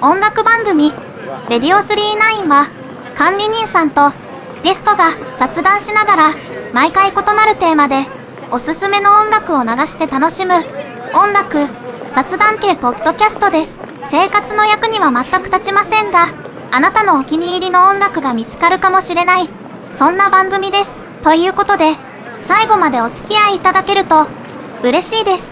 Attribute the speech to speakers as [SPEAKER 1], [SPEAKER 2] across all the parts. [SPEAKER 1] 音楽番組「レディオ39は管理人さんとゲストが雑談しながら毎回異なるテーマでおすすめの音楽を流して楽しむ音楽雑談系ポッドキャストです生活の役には全く立ちませんがあなたのお気に入りの音楽が見つかるかもしれないそんな番組ですということで最後までお付き合いいただけると嬉しいです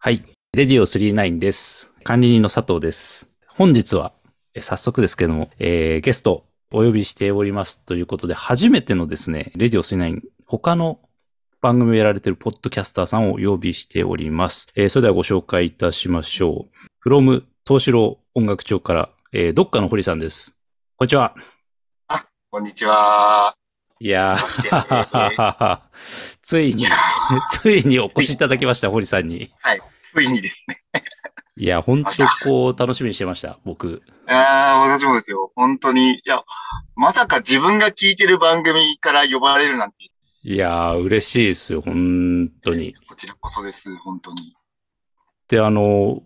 [SPEAKER 2] はい。レディオ39です。管理人の佐藤です。本日は、え早速ですけども、えーゲストお呼びしておりますということで、初めてのですね、レディオ39、他の番組をやられているポッドキャスターさんをお呼びしております。えーそれではご紹介いたしましょう。from 東四郎音楽長から、えーどっかの堀さんです。こんにちは。
[SPEAKER 3] こんにち は。
[SPEAKER 2] いや
[SPEAKER 3] そしてえー
[SPEAKER 2] ー、 ついに、ついにお越しいただきました、堀さんに。
[SPEAKER 3] ついにですね。
[SPEAKER 2] いや、本当こう、楽しみにしてました、僕。
[SPEAKER 3] ああ、私もですよ。本当に。いや、まさか自分が聞いてる番組から呼ばれるなんて、
[SPEAKER 2] いやー、嬉しいですよ、本当に。
[SPEAKER 3] こちらこそです。本当に。
[SPEAKER 2] で、あの、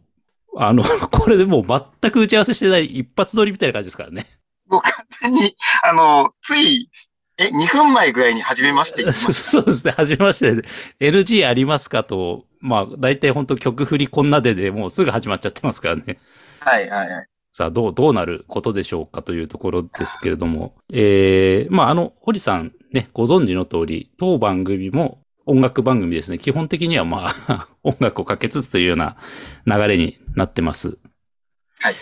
[SPEAKER 2] あの、 これでもう全く打ち合わせしてない一発撮りみたいな感じですからね。
[SPEAKER 3] もう完全に、あの、つい、え、2分前ぐらいに始めまして言って
[SPEAKER 2] そ
[SPEAKER 3] ま
[SPEAKER 2] う
[SPEAKER 3] し
[SPEAKER 2] そうですね、初めましてで、NG ありますかと、まあ、大体本当曲振りこんなででもうすぐ始まっちゃってますからね。
[SPEAKER 3] た。はい、はい、はい。
[SPEAKER 2] さあ、どう、どうなることでしょうかというところですけれども。えー、まあ、あの、堀さんね、ご存知の通り、当番組も音楽番組ですね。基本的にはまあ、 音楽をかけつつというような流れになってます。
[SPEAKER 3] はい。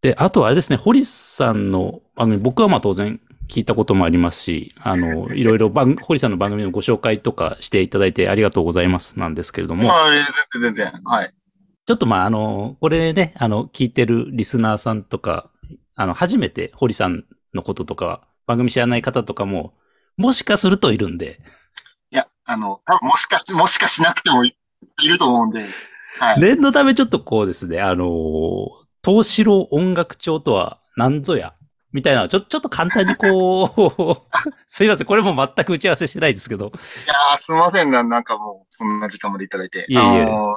[SPEAKER 2] で、あとはあれですね、堀さんの番組、僕はまあ当然聞いたこともありますし、あの、いろいろ番、堀さんの番組のご紹介とかしていただいてありがとうございますなんですけれども
[SPEAKER 3] ま。あ、あれ全然、全然。はい。
[SPEAKER 2] ちょっとまあ、あの、これね、あの、聞いてるリスナーさんとか、あの、初めて堀さんのこととか、番組知らない方とかも、もしかするといるんで、
[SPEAKER 3] いや、あの、多分もしかし、もしかしなくてもいいると思うんで、はい。
[SPEAKER 2] 念のためちょっとこうですね、あの、東四郎音楽帳とは何ぞや、みたいな、ちょ、ちょっと簡単にこ う、すいません、これも全く打ち合わせしてないですけど、
[SPEAKER 3] いやー、すみませんな、なんかもう、そんな時間までいただいて。
[SPEAKER 2] いえいえ
[SPEAKER 3] あのー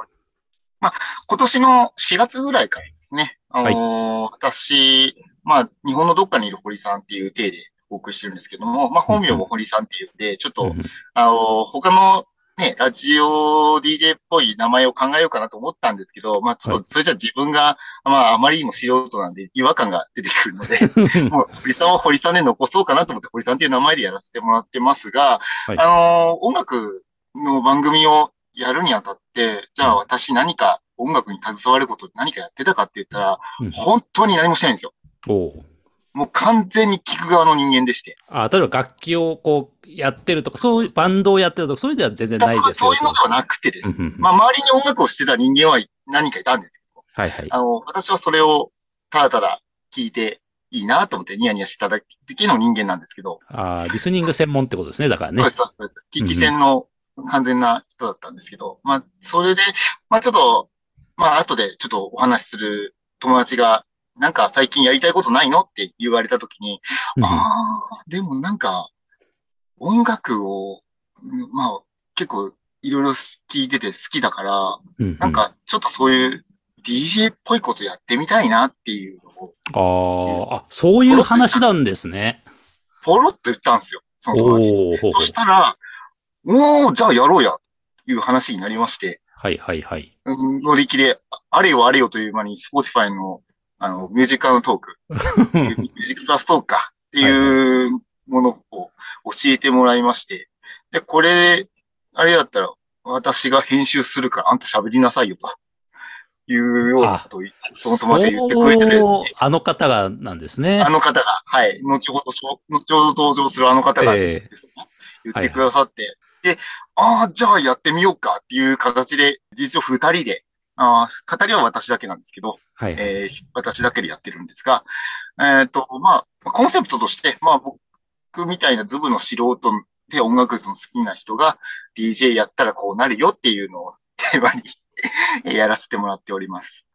[SPEAKER 3] まあ、今年の4月ぐらいからですね、あのー私、まあ、日本のどっかにいる堀さんっていう体でお送りしてるんですけども、まあ、本名も堀さんっていうんで、ちょっと、あのー他のね、ラジオ DJ っぽい名前を考えようかなと思ったんですけど、まあ、ちょっ
[SPEAKER 2] は
[SPEAKER 3] と、それじゃ自分が、まあ、あまりにも素人なんで、違和感が出てくるので、 もう堀さんは堀さんで残そうかなと思って、堀さんっていう名前でやらせてもらってますが、
[SPEAKER 2] はい
[SPEAKER 3] あのー音楽の番組をやるにあたって、じゃあ私何か音楽に携わること何かやってたかって言ったら、
[SPEAKER 2] うん
[SPEAKER 3] 本当に何もしてないんですよ。
[SPEAKER 2] おう
[SPEAKER 3] もう完全に聞く側の人間でして。
[SPEAKER 2] あ、例えば楽器をこう、やってるとか、そういう、バンドをやってるとか、そういうのでは全然ないですよ
[SPEAKER 3] そういうのではなくてですね。
[SPEAKER 2] とうんうんうん
[SPEAKER 3] まあ、周りに音楽をしてた人間は何かいたんですけど、
[SPEAKER 2] はいはい。
[SPEAKER 3] あの、私はそれをただただ聞いていいなと思ってニヤニヤしてただけの人間なんですけど、
[SPEAKER 2] ああ、リスニング専門ってことですね、だからね
[SPEAKER 3] そう。ですそうです危機戦の完全な人だったんですけど、まあ、それで、まあちょっと、まあ後でちょっとお話しする友達が、なんか最近やりたいことないのって言われたときに、
[SPEAKER 2] うんうん
[SPEAKER 3] ああ、でもなんか、音楽を、うんまあ結構いろいろ聞いてて好きだから、
[SPEAKER 2] うんうん
[SPEAKER 3] なんかちょっとそういう DJ っぽいことやってみたいなっていうのを、
[SPEAKER 2] あーあ、そういう話なんですね。
[SPEAKER 3] ポロッと言ったんですよ、その
[SPEAKER 2] お
[SPEAKER 3] 友達に。
[SPEAKER 2] おほうほ
[SPEAKER 3] そうしたら、おー、じゃあやろうや、という話になりまして、
[SPEAKER 2] はいはいはい。
[SPEAKER 3] うん乗り切れ、ああれよあれよという間に、Spotify の、あの、ミュージックアウトトーク、ミュージックプラストークか、っていうものを教えてもらいまして、で、これ、あれだったら、私が編集するから、あんた喋りなさいよ、というようなことを、その 友達が言ってくれてる。
[SPEAKER 2] そう、あの方がなんですね
[SPEAKER 3] あ。の方が、はい、後ほどそう、後ほど登場するあの方が、
[SPEAKER 2] え
[SPEAKER 3] ですね。言ってくださって。で、ああ、じゃあやってみようかっていう形で、実は二人で、ああ、語りは私だけなんですけど、
[SPEAKER 2] ーはい。
[SPEAKER 3] えー私だけでやってるんですが、えっ、と、まあ、コンセプトとして、まあ、僕みたいなズブの素人で音楽の好きな人が DJ やったらこうなるよっていうのをテーマに やらせてもらっております。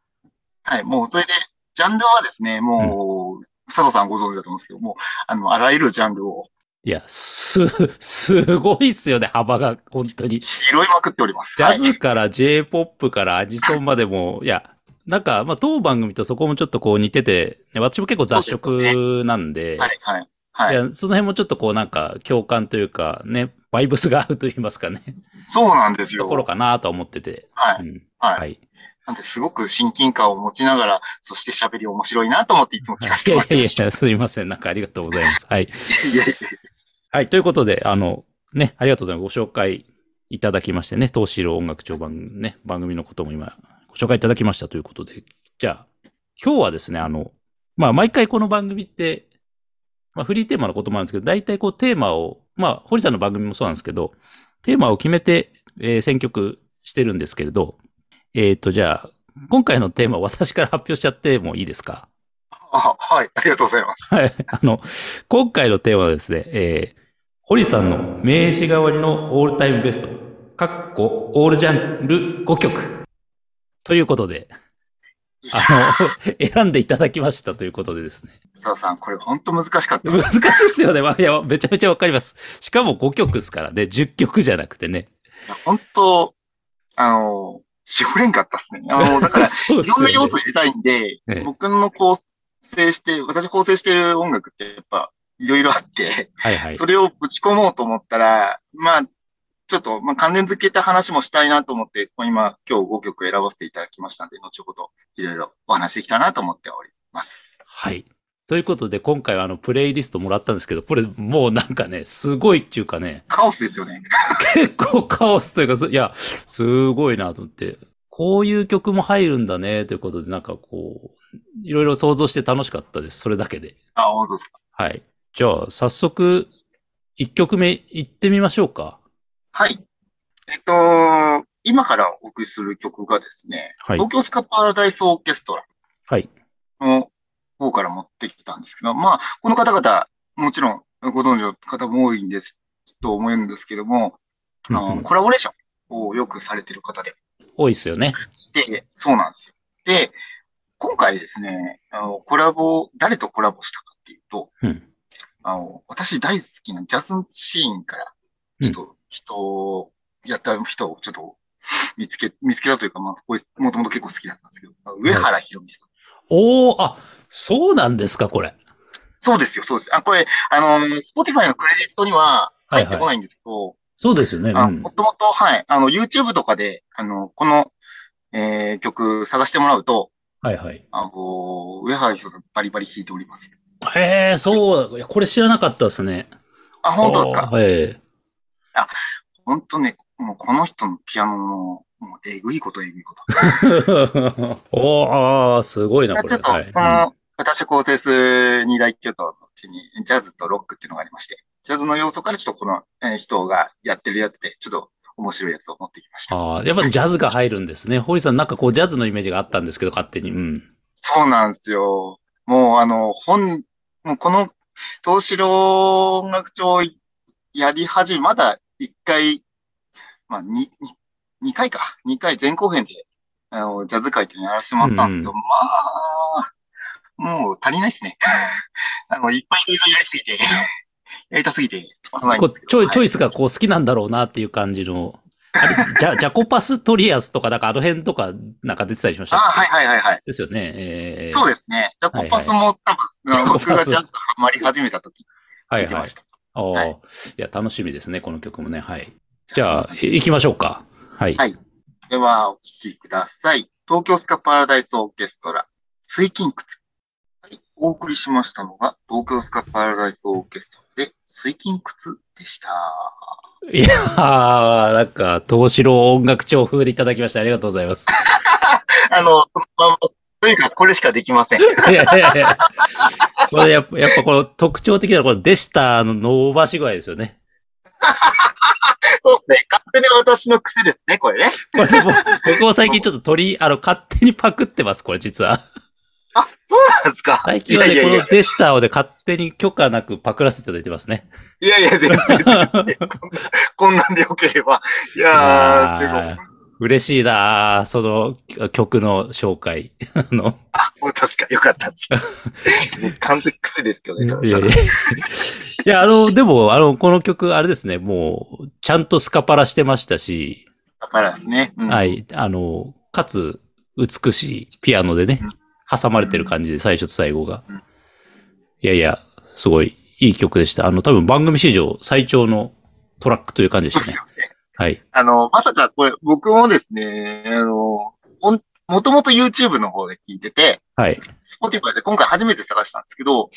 [SPEAKER 3] はい、もうそれで、ジャンルはですね、もう、佐藤さんご存知だと思うんですけども、あの、あらゆるジャンルを
[SPEAKER 2] いや、す、 すごいっすよね、幅が、本当に。ジ
[SPEAKER 3] 拾いまくっております。
[SPEAKER 2] ャ
[SPEAKER 3] はい
[SPEAKER 2] ズから J-POP からアニソンまでも、いや、なんか、まあ、当番組とそこもちょっとこう似てて、ね私も結構雑食なんで、
[SPEAKER 3] はい、はい、はいい。
[SPEAKER 2] やその辺もちょっとこうなんか共感というか、ね、バイブスが合うと言いますかね、
[SPEAKER 3] そうなんです
[SPEAKER 2] と
[SPEAKER 3] よ。
[SPEAKER 2] ころかなとは思ってて。
[SPEAKER 3] は
[SPEAKER 2] う
[SPEAKER 3] い、
[SPEAKER 2] ん
[SPEAKER 3] はい。
[SPEAKER 2] い。
[SPEAKER 3] なんで、すごく親近感を持ちながら、そして喋り面白いなと思っていつも聞かせ
[SPEAKER 2] い
[SPEAKER 3] ても
[SPEAKER 2] や
[SPEAKER 3] らって
[SPEAKER 2] いや
[SPEAKER 3] ま
[SPEAKER 2] い
[SPEAKER 3] した。
[SPEAKER 2] や、すいません。なんかありがとうございます。はい。
[SPEAKER 3] いやいやいや
[SPEAKER 2] はい。ということで、あの、ね、ありがとうございます。ご紹介いただきましてね、東四郎音楽長番組ね、番組のことも今、ご紹介いただきましたということで、じゃあ、今日はですね、あの、まあ、毎回この番組って、まあ、フリーテーマのこともあるんですけど、大体こうテーマを、まあ、堀さんの番組もそうなんですけど、テーマを決めて、えー選曲してるんですけれど、えっ、と、じゃあ、今回のテーマを私から発表しちゃってもいいですか
[SPEAKER 3] あはい、ありがとうございます。
[SPEAKER 2] はい。あの、今回のテーマはですね、えー、堀さんの名刺代わりのオールタイムベスト、かっこオールジャンル5曲。ということで、
[SPEAKER 3] いや
[SPEAKER 2] あの、 選んでいただきましたということでですね。
[SPEAKER 3] 澤さん、これ本当難しかった
[SPEAKER 2] 難しいですよね。まあいや、めちゃめちゃわかります。しかも5曲ですからね、10曲じゃなくてね。
[SPEAKER 3] 本当、あの、しほれんかったっすね。あの、だから、い
[SPEAKER 2] そうです
[SPEAKER 3] ろいろ
[SPEAKER 2] よ
[SPEAKER 3] 要
[SPEAKER 2] ね
[SPEAKER 3] 素。入れたいんで、
[SPEAKER 2] ええ
[SPEAKER 3] 僕の構成して、私構成してる音楽ってやっぱ、いろいろあって、
[SPEAKER 2] はいはい。
[SPEAKER 3] それをぶち込もうと思ったら、まあ、ちょっと、まあ、関連付けた話もしたいなと思って、こう今、今日5曲選ばせていただきましたんで、後ほどいろいろお話しできたらなと思っております。
[SPEAKER 2] はい。ということで、今回はあの、プレイリストもらったんですけど、これもうなんかね、すごいっていうかね、
[SPEAKER 3] カオスですよね。
[SPEAKER 2] 結構カオスというか、すいや、すごいなと思って、こういう曲も入るんだね、ということで、なんかこう、いろいろ想像して楽しかったです。それだけで。
[SPEAKER 3] あ、本当ですか。
[SPEAKER 2] はい。じゃあ、早速、1曲目いってみましょうか。
[SPEAKER 3] はい。えっと、今からお送りする曲がですね、
[SPEAKER 2] はい
[SPEAKER 3] 東京スカパラダイスオーケストラ
[SPEAKER 2] はい。
[SPEAKER 3] の方から持ってきたんですけど、まあ、この方々、もちろんご存知の方も多いんです、と思うんですけども、
[SPEAKER 2] う
[SPEAKER 3] あの
[SPEAKER 2] んうん
[SPEAKER 3] コラボレーションをよくされてる方で、
[SPEAKER 2] 多いですよね。
[SPEAKER 3] で、そうなんですよ。で、今回ですね、あの、コラボ、誰とコラボしたかっていうと、
[SPEAKER 2] うん。
[SPEAKER 3] あの、私大好きなジャズシーンから、ちょっと人を、やった人をちょっと見つけ、見つけたというか、まあ、これ、もともと結構好きだったんですけど、上原ひろみ。
[SPEAKER 2] おー、あ、そうなんですか、これ。
[SPEAKER 3] そうですよ、そうです。あ、これ、あの、Spotify のクレジットには入ってこないんですけど、
[SPEAKER 2] そうですよね。う
[SPEAKER 3] あ
[SPEAKER 2] ん
[SPEAKER 3] も。ともと、はい、あの、YouTube とかで、あの、この、えー曲探してもらうと、
[SPEAKER 2] はいはい。
[SPEAKER 3] あの、上原ひろみさんバリバリ弾いております。
[SPEAKER 2] へえ、そう、いやこれ知らなかったですね。
[SPEAKER 3] あ、本当ですか
[SPEAKER 2] おーはい。
[SPEAKER 3] 本当ね、もうこの人のピアノの、もうえぐいことえぐいこ
[SPEAKER 2] お
[SPEAKER 3] と。
[SPEAKER 2] ーあー、すごいな、こ
[SPEAKER 3] ちょ
[SPEAKER 2] れ。
[SPEAKER 3] っと、
[SPEAKER 2] はい。
[SPEAKER 3] その、私構成する二大巨頭のうちに、ジャズとロックっていうのがありまして、ジャズの要素からちょっとこの、えー人がやってるやつで、ちょっと面白いやつを持ってきました。
[SPEAKER 2] ああ、やっぱりジャズが入るんですね。堀さん、なんかこうジャズのイメージがあったんですけど、勝手に。うん。
[SPEAKER 3] そうなんですよ。もうあの、本、もうこの、東四郎音楽長やり始め、まだ一回、まあ、にに二回か。二回前後編で、あの、ジャズ界っていうのやらせてもらったんですけど、
[SPEAKER 2] う
[SPEAKER 3] まあ、もう足りないですね。 あの、いっぱいいろいろやりすぎて、 やりたすぎて、止まらないん
[SPEAKER 2] こ
[SPEAKER 3] で
[SPEAKER 2] う
[SPEAKER 3] すけど
[SPEAKER 2] チョイチョ
[SPEAKER 3] はい
[SPEAKER 2] イスがこう好きなんだろうなっていう感じの。 あれ、ジャジャコパストリアスとか、なんかあの辺とか、なんか出てたりしましたっ
[SPEAKER 3] あ、
[SPEAKER 2] け
[SPEAKER 3] はいはいはいはい。
[SPEAKER 2] ですよね。えー
[SPEAKER 3] そうですね。じゃあ、
[SPEAKER 2] は
[SPEAKER 3] コ
[SPEAKER 2] いはい
[SPEAKER 3] パスも多分、あ
[SPEAKER 2] コ
[SPEAKER 3] の
[SPEAKER 2] パス
[SPEAKER 3] 僕がジャズハマり始めた時、
[SPEAKER 2] は
[SPEAKER 3] 聞
[SPEAKER 2] い
[SPEAKER 3] いて
[SPEAKER 2] は
[SPEAKER 3] ま
[SPEAKER 2] い
[SPEAKER 3] した。
[SPEAKER 2] おー
[SPEAKER 3] はい
[SPEAKER 2] いや、楽しみですね、この曲もね。はい。じゃあ、い行きましょうか。はい。
[SPEAKER 3] はいでは、お聴きください。東京スカパラダイスオーケストラ、水金窟。はい、お送りしましたのが、東京スカパラダイスオーケストラで、水金窟でした。
[SPEAKER 2] い、やー、なんか、東四郎音楽調風でいただきましてありがとうござい ます。
[SPEAKER 3] あの、このままとにかくこれしかできませ ん。
[SPEAKER 2] いやいやいや。これやっぱ、やっぱこの特徴的な、このでしたの伸ばし具合ですよね。
[SPEAKER 3] そうですね。勝手に私の癖ですね、これね。
[SPEAKER 2] これでも、僕も最近ちょっと鳥、あの、勝手にパクってます、これ実は。
[SPEAKER 3] あ、そうなんですか。
[SPEAKER 2] 最
[SPEAKER 3] い
[SPEAKER 2] 近は
[SPEAKER 3] や
[SPEAKER 2] ね、
[SPEAKER 3] いやい
[SPEAKER 2] こ
[SPEAKER 3] や
[SPEAKER 2] の、デシターをね、勝手に許可なくパクらせていただいてます ね。
[SPEAKER 3] いやいや、全然、こんなんでよければ。いやー、で
[SPEAKER 2] あ
[SPEAKER 3] も
[SPEAKER 2] ー、嬉しいなーその曲の紹介。 あの、
[SPEAKER 3] 本当ですか。よかっ たです。もう完璧癖ですけどね、ただ
[SPEAKER 2] いやいや
[SPEAKER 3] ただ
[SPEAKER 2] いや、あの、でも、あの、この曲、あれですね、もう、ちゃんとスカパラしてましたし、
[SPEAKER 3] だからですね。うん
[SPEAKER 2] はい、あの、かつ、美しいピアノでね
[SPEAKER 3] う、
[SPEAKER 2] 挟まれてる感じで最初と最後が
[SPEAKER 3] うん。
[SPEAKER 2] いやいや、すごいいい曲でした。あの、多分番組史上最長のトラックという感じでしたね。はい。
[SPEAKER 3] あの、まさかこれ、僕もですね、あの、ほんもともと YouTube の方で聞いてて、
[SPEAKER 2] はい。
[SPEAKER 3] Spotify で今回初めて探したんですけど、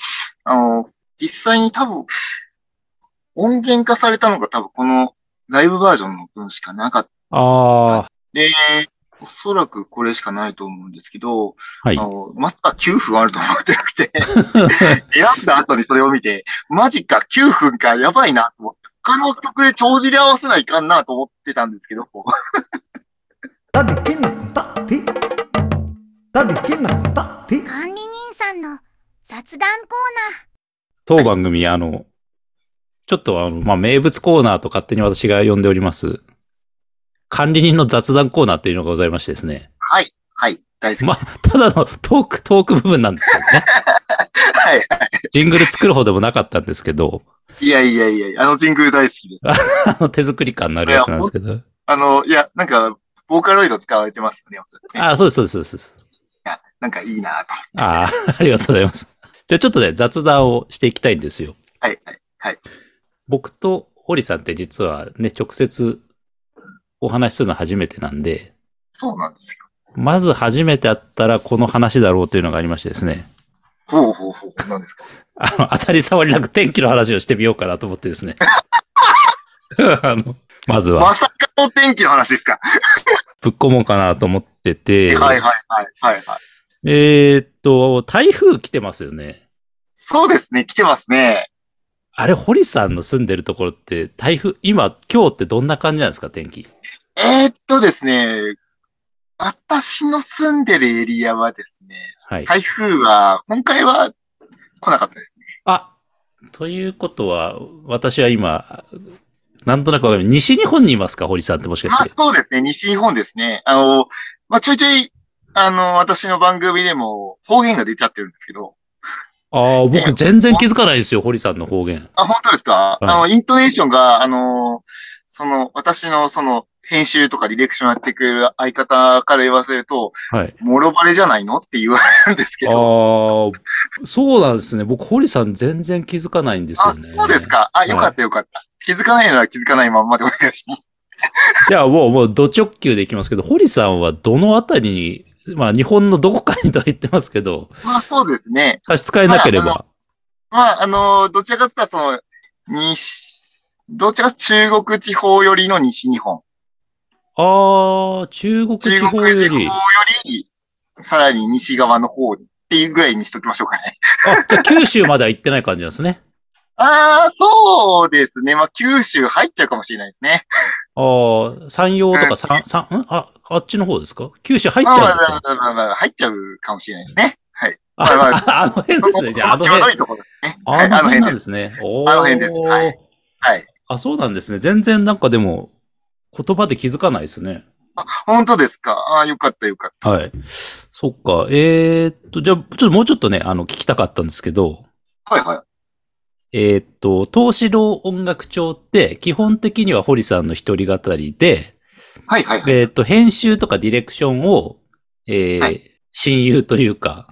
[SPEAKER 3] あの、実際に多分、音源化されたのが多分このライブバージョンの分しかなかった。
[SPEAKER 2] あ
[SPEAKER 3] で、おそらくこれしかないと思うんですけど、
[SPEAKER 2] あ、はい
[SPEAKER 3] あ。の、まさか9分あると思ってなく て、選んだ後にそれを見て、マジか9分か、やばいなと思って、他の曲で帳尻合わせないかんなと思ってたんですけど、
[SPEAKER 4] たできなこたってたできなこたって
[SPEAKER 1] 管理人さんの雑談コーナー。
[SPEAKER 2] 当番組、あの、ちょっとあの、まあ、名物コーナーと勝手に私が呼んでおります、管理人の雑談コーナーっていうのがございましてですね。
[SPEAKER 3] はい、はい、大好き。
[SPEAKER 2] まあ、ただのトーク、トーク部分なんですけどね。
[SPEAKER 3] はい。
[SPEAKER 2] ジングル作るほどでもなかったんですけど、
[SPEAKER 3] いやいやいや、あのジングル大好きです。
[SPEAKER 2] あの手作り感のあるやつなんですけど。
[SPEAKER 3] あの、いや、なんか、ボーカロイド使われてますよね、おそらくね
[SPEAKER 2] ああ、そうです、そうです、そうです。
[SPEAKER 3] なんかいいなと。
[SPEAKER 2] ああ、ありがとうございます。 じゃあちょっとね、雑談をしていきたいんですよ。
[SPEAKER 3] はい、はい。
[SPEAKER 2] 僕と堀さんって実はね、直接お話しするの初めてなんで、
[SPEAKER 3] そうなんですよ。
[SPEAKER 2] まず初めて会ったらこの話だろうというのがありましてですね。
[SPEAKER 3] ほうほうほう、なんですか。
[SPEAKER 2] あの、当たり障りなく天気の話をしてみようかなと思ってですね。 あの、まず
[SPEAKER 3] ま
[SPEAKER 2] は、
[SPEAKER 3] さかの天気の話ですか。
[SPEAKER 2] ぶっ込もうかなと思ってて、
[SPEAKER 3] はいはいはいはいはい。
[SPEAKER 2] えーっと、台風来てますよね。
[SPEAKER 3] そうですね、来てますね。
[SPEAKER 2] あれ、堀さんの住んでるところって、台風、今、今日ってどんな感じなんですか、天気。
[SPEAKER 3] えーっとですね、私の住んでるエリアはですね、
[SPEAKER 2] はい。
[SPEAKER 3] 台風は、今回は来なかったですね。
[SPEAKER 2] あ、ということは、私は今、なんとなくわかる。西日本にいますか、堀さんってもしかし
[SPEAKER 3] まあ
[SPEAKER 2] て。
[SPEAKER 3] そうですね、西日本ですね。あの、まあちょいちょい、あの、私の番組でも方言が出ちゃってるんですけど、
[SPEAKER 2] ああ、僕全然気づかないですよ、堀さんの方言。
[SPEAKER 3] あ、本当ですか、
[SPEAKER 2] い
[SPEAKER 3] あの、イントネーションが、あの、その、私のその、編集とかディレクションやってくれる相方から言わせると、
[SPEAKER 2] はい。
[SPEAKER 3] もろバレじゃないのって言われるんですけ
[SPEAKER 2] ああ
[SPEAKER 3] ど。
[SPEAKER 2] ー、そうなんですね。僕、堀さん全然気づかないんです
[SPEAKER 3] あ
[SPEAKER 2] よね。
[SPEAKER 3] そうですか。あ、よかったよかった。気づかないなら気づかないまんまでお願いします。
[SPEAKER 2] じゃあもう、もう、ド直球でいきますけど、堀さんはどのあたりに、まあ、日本のどこかにとは言ってますけど、
[SPEAKER 3] まあそうですね。
[SPEAKER 2] 差し支えなけれ
[SPEAKER 3] ま
[SPEAKER 2] ば。
[SPEAKER 3] まあ、あの、どちらかというと、その、西、どちらかというと中国地方よりの西日本。
[SPEAKER 2] ああ、中国地
[SPEAKER 3] 中
[SPEAKER 2] 方
[SPEAKER 3] 国
[SPEAKER 2] よ
[SPEAKER 3] 地方
[SPEAKER 2] り。
[SPEAKER 3] よ
[SPEAKER 2] あ、
[SPEAKER 3] り、さらに西側の方にっていうぐらいにしときましょうかね。
[SPEAKER 2] じゃあ九州までは行ってない感じなんです ね。
[SPEAKER 3] ああ、そうですね。まあ、九州入っちゃうかもしれないですね。
[SPEAKER 2] ああ、山陽とか
[SPEAKER 3] う
[SPEAKER 2] 三、三、んあ、あっちの方ですか九州入っち
[SPEAKER 3] まあ
[SPEAKER 2] ゃうん
[SPEAKER 3] まあ
[SPEAKER 2] です
[SPEAKER 3] ま
[SPEAKER 2] か
[SPEAKER 3] あまあまあ、入っちゃうかもしれないですね。はい。
[SPEAKER 2] あ
[SPEAKER 3] まあま
[SPEAKER 2] ああの辺ですね。じゃあ、あの
[SPEAKER 3] 際ど
[SPEAKER 2] 辺。
[SPEAKER 3] いところですね。は
[SPEAKER 2] あ
[SPEAKER 3] い
[SPEAKER 2] の辺なん
[SPEAKER 3] で。
[SPEAKER 2] ですすね。お
[SPEAKER 3] あの辺ですは
[SPEAKER 2] ー
[SPEAKER 3] い。はい。
[SPEAKER 2] あ、そうなんですね。全然なんかでも、言葉で気づかないですね。
[SPEAKER 3] 本当ですか。ああ、よかったよかっ
[SPEAKER 2] はい。そっか。えー、っと、じゃあ、ちょっともうちょっとね、あの、聞きたかったんですけど、
[SPEAKER 3] た。はいはい。
[SPEAKER 2] えーっと、東四郎音楽帳って、基本的には堀さんの一人語りで、
[SPEAKER 3] はいはいはい。
[SPEAKER 2] えーっと、編集とかディレクションを、えー
[SPEAKER 3] はい
[SPEAKER 2] 親友というか、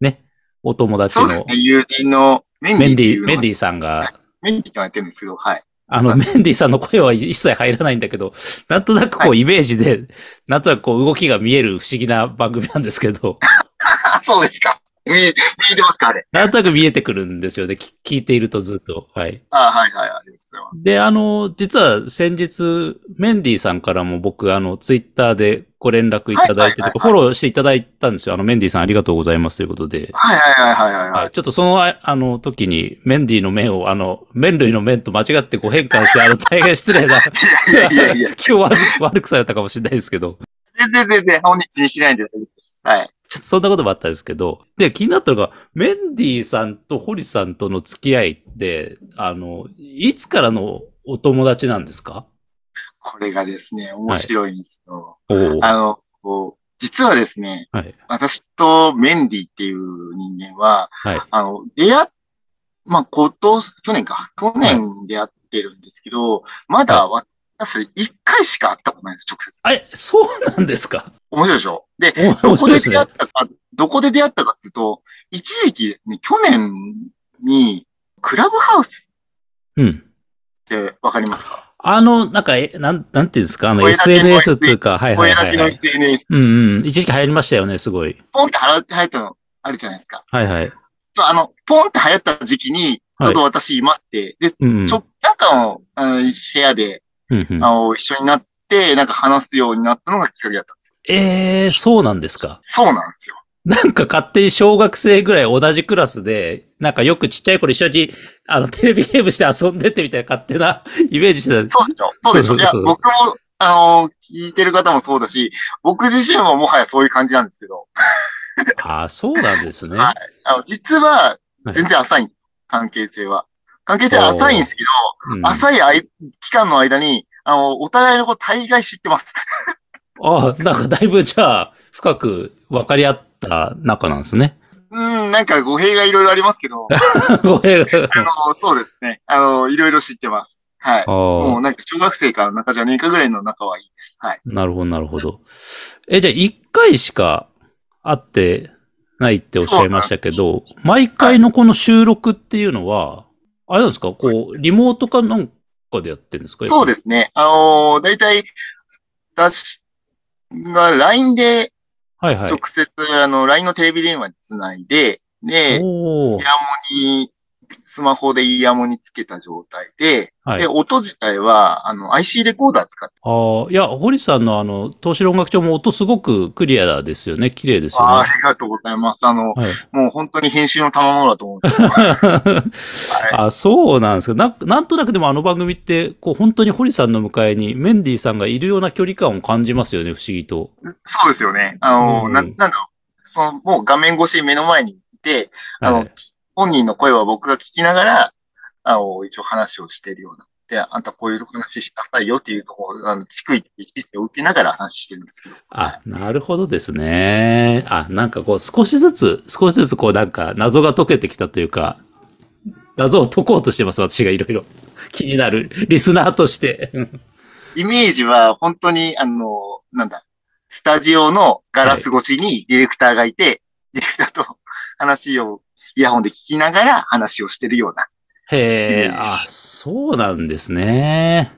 [SPEAKER 2] ね、お友達
[SPEAKER 3] そうです
[SPEAKER 2] の
[SPEAKER 3] ね。友人のメン
[SPEAKER 2] メ
[SPEAKER 3] ディー
[SPEAKER 2] ン
[SPEAKER 3] って
[SPEAKER 2] デ
[SPEAKER 3] い
[SPEAKER 2] ィ
[SPEAKER 3] う、の
[SPEAKER 2] メンデ
[SPEAKER 3] ィ。
[SPEAKER 2] ィさんが、
[SPEAKER 3] メンディーってのやってるんですけど、はい。
[SPEAKER 2] あの、
[SPEAKER 3] はい
[SPEAKER 2] メンディさんの声は一切入らないんだけど、なんとなくこ
[SPEAKER 3] は
[SPEAKER 2] うイメージで、なんとなくこう動きが見える不思議な番組なんですけ ど、
[SPEAKER 3] あ、そうですか。見、見えてますかあれ。
[SPEAKER 2] なんとなく見えてくるんですよね。き聞いているとずっと。はい。
[SPEAKER 3] あはいはい。ありがとうございます。
[SPEAKER 2] で、あの、実は先日、メンディーさんからも僕、あの、ツイッターでご連絡いただいて
[SPEAKER 3] はいはいはいは
[SPEAKER 2] と
[SPEAKER 3] い
[SPEAKER 2] か、フォローしていただいたんですよ。あの、メンディーさんありがとうございますということで。
[SPEAKER 3] はいはいはいはいは
[SPEAKER 2] はいい、。ちょっとその、ああの、時に、メンディーの面を、あの、麺類の面と間違ってご変換して、あの、大変失礼な、
[SPEAKER 3] いやい やいや、
[SPEAKER 2] 気を悪くされたかもしれないですけど、
[SPEAKER 3] 全然全然本日にしないんで大丈夫です。はい。
[SPEAKER 2] ちょっとそんなこともあったんですけど、で、気になったのが、メンディーさんと堀さんとの付き合いって、あの、いつからのお友達なんですか
[SPEAKER 3] これがですね、面白いんですよ。
[SPEAKER 2] おお
[SPEAKER 3] あの、こう実はですね、
[SPEAKER 2] はい。
[SPEAKER 3] 私とメンディっていう人間は、
[SPEAKER 2] はい
[SPEAKER 3] あの、出会っ、まあ、今年、去年か、去年出会ってるんですけど、まだ私、一回しか会ったことないんです、直接。
[SPEAKER 2] え、そうなんですか
[SPEAKER 3] 面白いでしょで、
[SPEAKER 2] 面
[SPEAKER 3] どこ
[SPEAKER 2] 白いで
[SPEAKER 3] です出会
[SPEAKER 2] ね
[SPEAKER 3] っ。たか、どこで出会ったかっていうと、一時期、ね、去年に、クラブハウス
[SPEAKER 2] うん。
[SPEAKER 3] ってわかりますか
[SPEAKER 2] あの、なんか、え、なん、なんていうんですか、あの、
[SPEAKER 3] 声だけ
[SPEAKER 2] SNS っていうか、はいは
[SPEAKER 3] 声
[SPEAKER 2] いは
[SPEAKER 3] だけ
[SPEAKER 2] い、
[SPEAKER 3] の
[SPEAKER 2] はい
[SPEAKER 3] SNS、
[SPEAKER 2] うんうん。一時期流行りましたよね、すごい。
[SPEAKER 3] ポンって払って入ったのあるじゃないですか。
[SPEAKER 2] はいはい。
[SPEAKER 3] あの、ポンって流行った時期に、ち
[SPEAKER 2] はい
[SPEAKER 3] ょうど私今って、で、ち
[SPEAKER 2] うんうん。
[SPEAKER 3] ょ、なんかの、あの部屋で、
[SPEAKER 2] うんうん
[SPEAKER 3] あの、一緒になって、なんか話すようになったのがきっかけだったんです。
[SPEAKER 2] えー、そうなんですか。
[SPEAKER 3] そうなんですよ。
[SPEAKER 2] なんか勝手に小学生ぐらい同じクラスで、なんかよくちっちゃい頃一緒に、あの、テレビゲームして遊んでてみたいな勝手な イメージしてた。
[SPEAKER 3] そうでしょ。そうでしょ。いや、僕も、あの、聞いてる方もそうだし、僕自身ももはやそういう感じなんですけど、
[SPEAKER 2] ああ、そうなんですね。
[SPEAKER 3] はあの、実は、全然浅い、関係性は。関係性は浅いんですけど、
[SPEAKER 2] うんあ
[SPEAKER 3] 浅いあい期間の間に、あの、お互いのこと大概知ってます。
[SPEAKER 2] あ、なんかだいぶじゃあ、深く分かり合った仲なんですね。
[SPEAKER 3] うん、なんか語弊がいろいろありますけど、
[SPEAKER 2] ごめん。
[SPEAKER 3] あの、そうですね。あの、いろいろ知ってます。はい。も
[SPEAKER 2] あ
[SPEAKER 3] う
[SPEAKER 2] あ、
[SPEAKER 3] なんか小学生から中じゃねえかぐらいの仲はいいです。はい。
[SPEAKER 2] なるほど、なるほど。え、じゃあ一回しか会ってないっておっしゃいましたけど、毎回のこの収録っていうのは、あれなんですかこう、リモートかなんかでやってるんですか
[SPEAKER 3] そうですね。あのー、大体、私が LINE で
[SPEAKER 2] はいはい
[SPEAKER 3] 直。接、あの、LINE のテレビ電話につないで、で、
[SPEAKER 2] おお
[SPEAKER 3] イヤモニ、スマホでイヤモニつけた状態で、
[SPEAKER 2] はい
[SPEAKER 3] で、。音自体は、あの、IC レコーダー使って、
[SPEAKER 2] ああ、いや、堀さんのあの、東城音楽帳も音すごくクリアですよね。綺麗ですよ
[SPEAKER 3] あ あ
[SPEAKER 2] ね。
[SPEAKER 3] りがとうございます。あの、
[SPEAKER 2] はい。
[SPEAKER 3] もう本当に編集の賜物だと思うんで すけど、
[SPEAKER 2] あそうなんですかなんなんとなくでもあの番組って、こう、本当に堀さんの迎えにメンディーさんがいるような距離感を感じますよね、不思議と。
[SPEAKER 3] そうですよね。あの、
[SPEAKER 2] うん
[SPEAKER 3] な、なんだろう。その、もう画面越しに目の前にいて、あの、
[SPEAKER 2] はい。
[SPEAKER 3] 本人の声は僕が聞きながら、あの、一応話をしているような。で、あんたこういう話しなさいよっていうところ、あの、逐一指示を受けながら話してるんですけど。
[SPEAKER 2] あ、なるほどですね。あ、なんかこう、少しずつ、少しずつこう、なんか謎が解けてきたというか、謎を解こうとしてます、私がいろいろ。 気になる。リスナーとして。
[SPEAKER 3] イメージは本当に、あの、なんだ、スタジオのガラス越しにディレクターがいて、ディレクターと話をイヤホンで聞きながら話をしてるような。
[SPEAKER 2] へえ、あ、そうなんですね。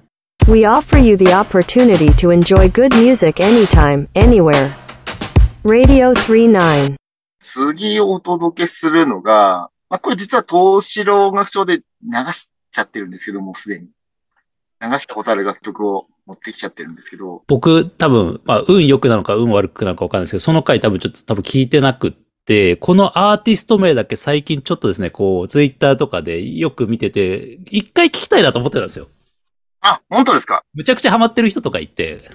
[SPEAKER 5] We offer you the opportunity to enjoy good music anytime, anywhere. Radio 39.
[SPEAKER 3] 次お届けするのが、まあ、これ実は東城音楽賞で流しちゃってるんですけど、もうすでに。流したことある楽曲を持ってきちゃってるんですけど、
[SPEAKER 2] 僕、多分、まあ、運良くなのか運悪くなのかわかんないですけど、その回多分ちょっと多分聞いてなくって、このアーティスト名だけ最近ちょっとですね、こう、ツイッターとかでよく見てて、一回聞きたいなと思ってたんですよ。
[SPEAKER 3] あ、本当ですか
[SPEAKER 2] むちゃくちゃハマってる人とかいて、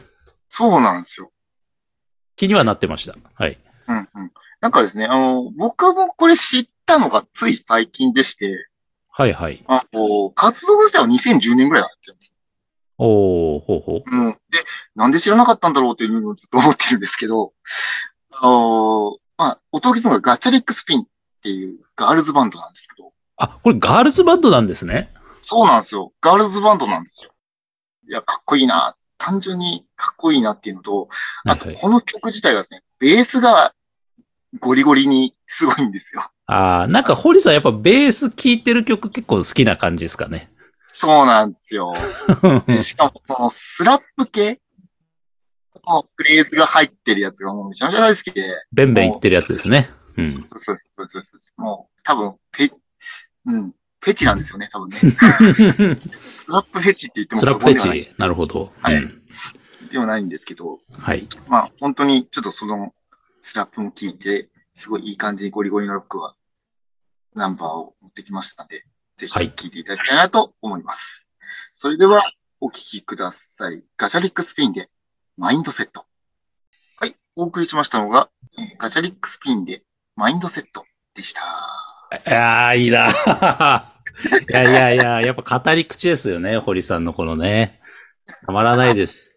[SPEAKER 3] そうなんですよ。
[SPEAKER 2] 気にはなってました。はい。
[SPEAKER 3] うんうん。なんかですね、あの、僕もこれ知ったのがつい最近でして、
[SPEAKER 2] はいはい。
[SPEAKER 3] あの、活動自体は2010年ぐらいになってるんです
[SPEAKER 2] おー、ほうほう。
[SPEAKER 3] よ。うん。で、なんで知らなかったんだろうっていうのをずっと思ってるんですけど、あの、まあ、おとぎすのがガチャリックスピンっていうガールズバンドなんですけど、
[SPEAKER 2] あ、これガールズバンドなんですね。
[SPEAKER 3] そうなんですよ。ガールズバンドなんですよ。いや、かっこいいな。単純にかっこいいなっていうのと、あと
[SPEAKER 2] はいはい
[SPEAKER 3] この曲自体がですね、ベースがゴリゴリにすごいんですよ。
[SPEAKER 2] あー、なんか堀さんやっぱベース聴いてる曲結構好きな感じですか ね。
[SPEAKER 3] そうなんですよ。でしかも、このスラップ系のフレーズが入ってるやつがもうめちゃめちゃ大好きで、
[SPEAKER 2] ベンベン言ってるやつですね。 うん。
[SPEAKER 3] そうそうそうそうそうそう。もう多分、ペ、うん、フェチなんですよね、多 分ね。スラップフェチって言っても
[SPEAKER 2] スラップフェ
[SPEAKER 3] 過言では
[SPEAKER 2] チ。なるほど。
[SPEAKER 3] はい
[SPEAKER 2] うん
[SPEAKER 3] ないではないんですけど、
[SPEAKER 2] はい。
[SPEAKER 3] まあ、本当にちょっとそのスラップも聞いて、すごいいい感じにゴリゴリのロックは、ナンバーを持ってきましたので、ぜひ
[SPEAKER 2] はい
[SPEAKER 3] 聞いていただきたいなと思います。それでは、お聞きください。ガチャリックスピンで、マインドセット。はい、お送りしましたのが、えーガチャリックスピンで、マインドセットでした。
[SPEAKER 2] いやー、いいな。 いやいやいや、やっぱ語り口ですよね、堀さんのこのね。たまらないです。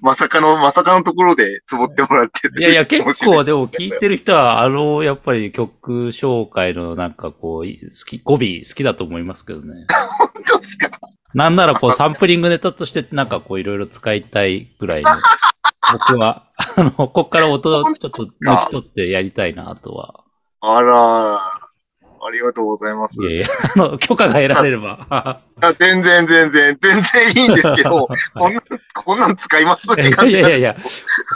[SPEAKER 3] まさかの、まさかのところで、つぼってもらって
[SPEAKER 2] いやいや、結構でも
[SPEAKER 3] い
[SPEAKER 2] 聞いてる人は、あの、やっぱり曲紹介のなんかこう、い好き、語尾好きだと思いますけどね。
[SPEAKER 3] 本当ですか
[SPEAKER 2] なんならこう、サンプリングネタとしてなんかこう、いろいろ使いたいぐらいの。僕は、あの、こっから音をちょっと抜き取ってやりたいなとは。
[SPEAKER 3] あらー、ありがとうございます
[SPEAKER 2] い。やいや、あの、許可が得られれ ば。
[SPEAKER 3] あ全然、全然、全然いいんですけ ど、こんなん、こんなん使いますっ
[SPEAKER 2] いや
[SPEAKER 3] て感
[SPEAKER 2] い
[SPEAKER 3] じ
[SPEAKER 2] や
[SPEAKER 3] ない
[SPEAKER 2] やいや、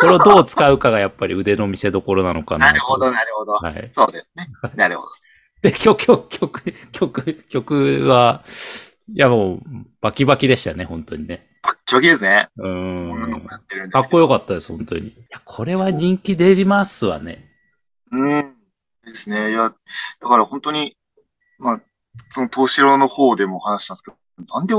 [SPEAKER 2] これをどう使うかがやっぱり腕の見せ所なのかな。
[SPEAKER 3] なるほど、。なるほど。
[SPEAKER 2] はい。
[SPEAKER 3] そうですね。なるほど。
[SPEAKER 2] で、曲、曲、曲、曲、曲は、いやもう、バキバキでしたね、本当にね。
[SPEAKER 3] あ、ちょきですね。
[SPEAKER 2] う
[SPEAKER 3] こんなの
[SPEAKER 2] ん
[SPEAKER 3] も。やってるんですけ
[SPEAKER 2] か
[SPEAKER 3] ど
[SPEAKER 2] っこよかったです、本当に。いや、これは人気出りますわね。
[SPEAKER 3] うん。ですね。いや、だから本当に、まあ、その東四郎の方でも話したんですけど、なんで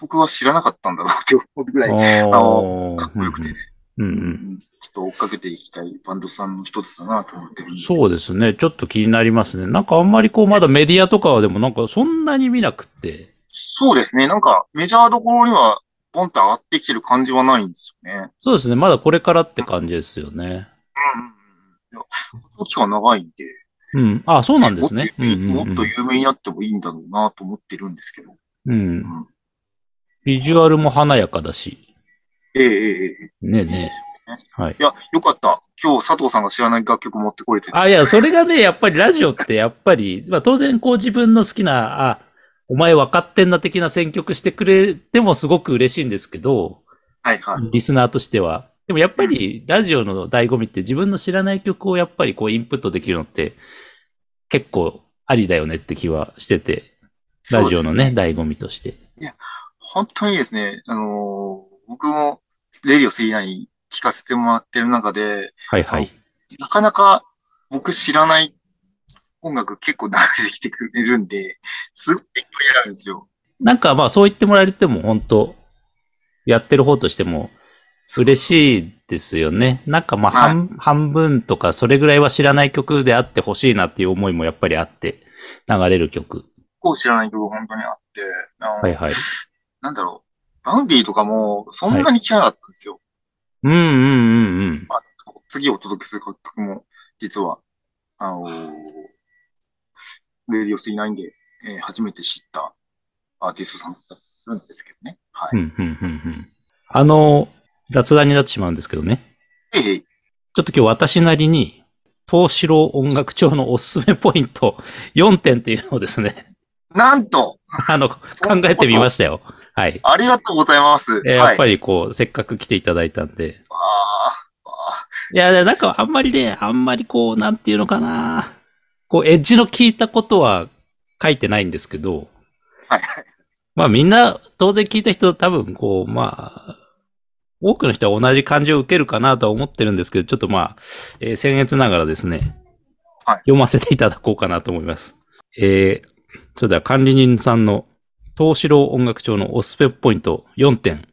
[SPEAKER 3] 僕は知らなかったんだろうって思うぐらい、
[SPEAKER 2] お
[SPEAKER 3] かっこよくてね、
[SPEAKER 2] うんう。
[SPEAKER 3] うんんちょっと追っかけていきたいバンドさんの一つだなと思ってるんですけど
[SPEAKER 2] そうですね。ちょっと気になりますね。なんかあんまりこう、まだメディアとかはでもなんかそんなに見なくって。
[SPEAKER 3] そうですね。なんか、メジャーどころには、ポンと上がってきてる感じはないんですよね。
[SPEAKER 2] そうですね。まだこれからって感じですよね。
[SPEAKER 3] うんうんうん。いや時間長いんで、
[SPEAKER 2] うん。あ、そうなんですね。うんうん
[SPEAKER 3] も
[SPEAKER 2] う
[SPEAKER 3] っ
[SPEAKER 2] ん
[SPEAKER 3] と有名になってもいいんだろうなと思ってるんですけど。
[SPEAKER 2] うん。ビジュアルも華やかだし。
[SPEAKER 3] ええええええ。
[SPEAKER 2] ねえねえ。はい
[SPEAKER 3] い。や、よかった。今日佐藤さんが知らない楽曲持ってこれて。
[SPEAKER 2] あ、いや、それがね、やっぱりラジオって、やっぱり、まあ当然こう自分の好きな、あ、お前分かってんな的な選曲してくれてもすごく嬉しいんですけど、
[SPEAKER 3] はいはい。
[SPEAKER 2] リスナーとしては。でもやっぱりラジオの醍醐味って自分の知らない曲をやっぱりこうインプットできるのって結構ありだよねって気はしてて、ラジオのね、醍醐味として。
[SPEAKER 3] 本当にですね、あのー僕も、レディオ3に聞かせてもらってる中で、
[SPEAKER 2] はいはい。
[SPEAKER 3] なかなか僕知らない音楽結構流れてきてくれるんで、すごい勉強になるんですよ。
[SPEAKER 2] なんかまあそう言ってもらえても本当、やってる方としても嬉しいですよね。なんかまあ
[SPEAKER 3] はい
[SPEAKER 2] 半,、半分とかそれぐらいは知らない曲であってほしいなっていう思いもやっぱりあって、流れる曲。
[SPEAKER 3] 結構知らない曲が本当にあって、あの
[SPEAKER 2] はいはい。
[SPEAKER 3] なんだろう、バウンディとかもそんなに聞かなかったんですよ。
[SPEAKER 2] うんうんうんうん。
[SPEAKER 3] 次お届けする楽曲も、実は、あのーレディオ3ないんで、えー初めて知ったアーティストさんだったんですけどね。は
[SPEAKER 2] う
[SPEAKER 3] い。
[SPEAKER 2] んうんうんうん。あの、雑談になってしまうんですけどね。
[SPEAKER 3] えいえい
[SPEAKER 2] ちょっと今日私なりに、東四郎音楽長のおすすめポイント4点っていうのをです ね、
[SPEAKER 3] なんと
[SPEAKER 2] あの、考えてみましたよ。はい。
[SPEAKER 3] ありがとうございます。
[SPEAKER 2] えーやっぱ
[SPEAKER 3] はい。
[SPEAKER 2] りこう、せっかく来ていただいたんで。
[SPEAKER 3] あーあ
[SPEAKER 2] いや、でなんかあんまりね、あんまりこう、なんていうのかな。こう、エッジの効いたことは書いてないんですけど。
[SPEAKER 3] はい。
[SPEAKER 2] まあみんな、当然聞いた人多分こう、まあ、多くの人は同じ感じを受けるかなとは思ってるんですけど、ちょっとまあ、えー、僭越ながらですね、
[SPEAKER 3] はい
[SPEAKER 2] 読ませていただこうかなと思います。えー、それでは管理人さんの、東四郎音楽長のおすすめポイント4点。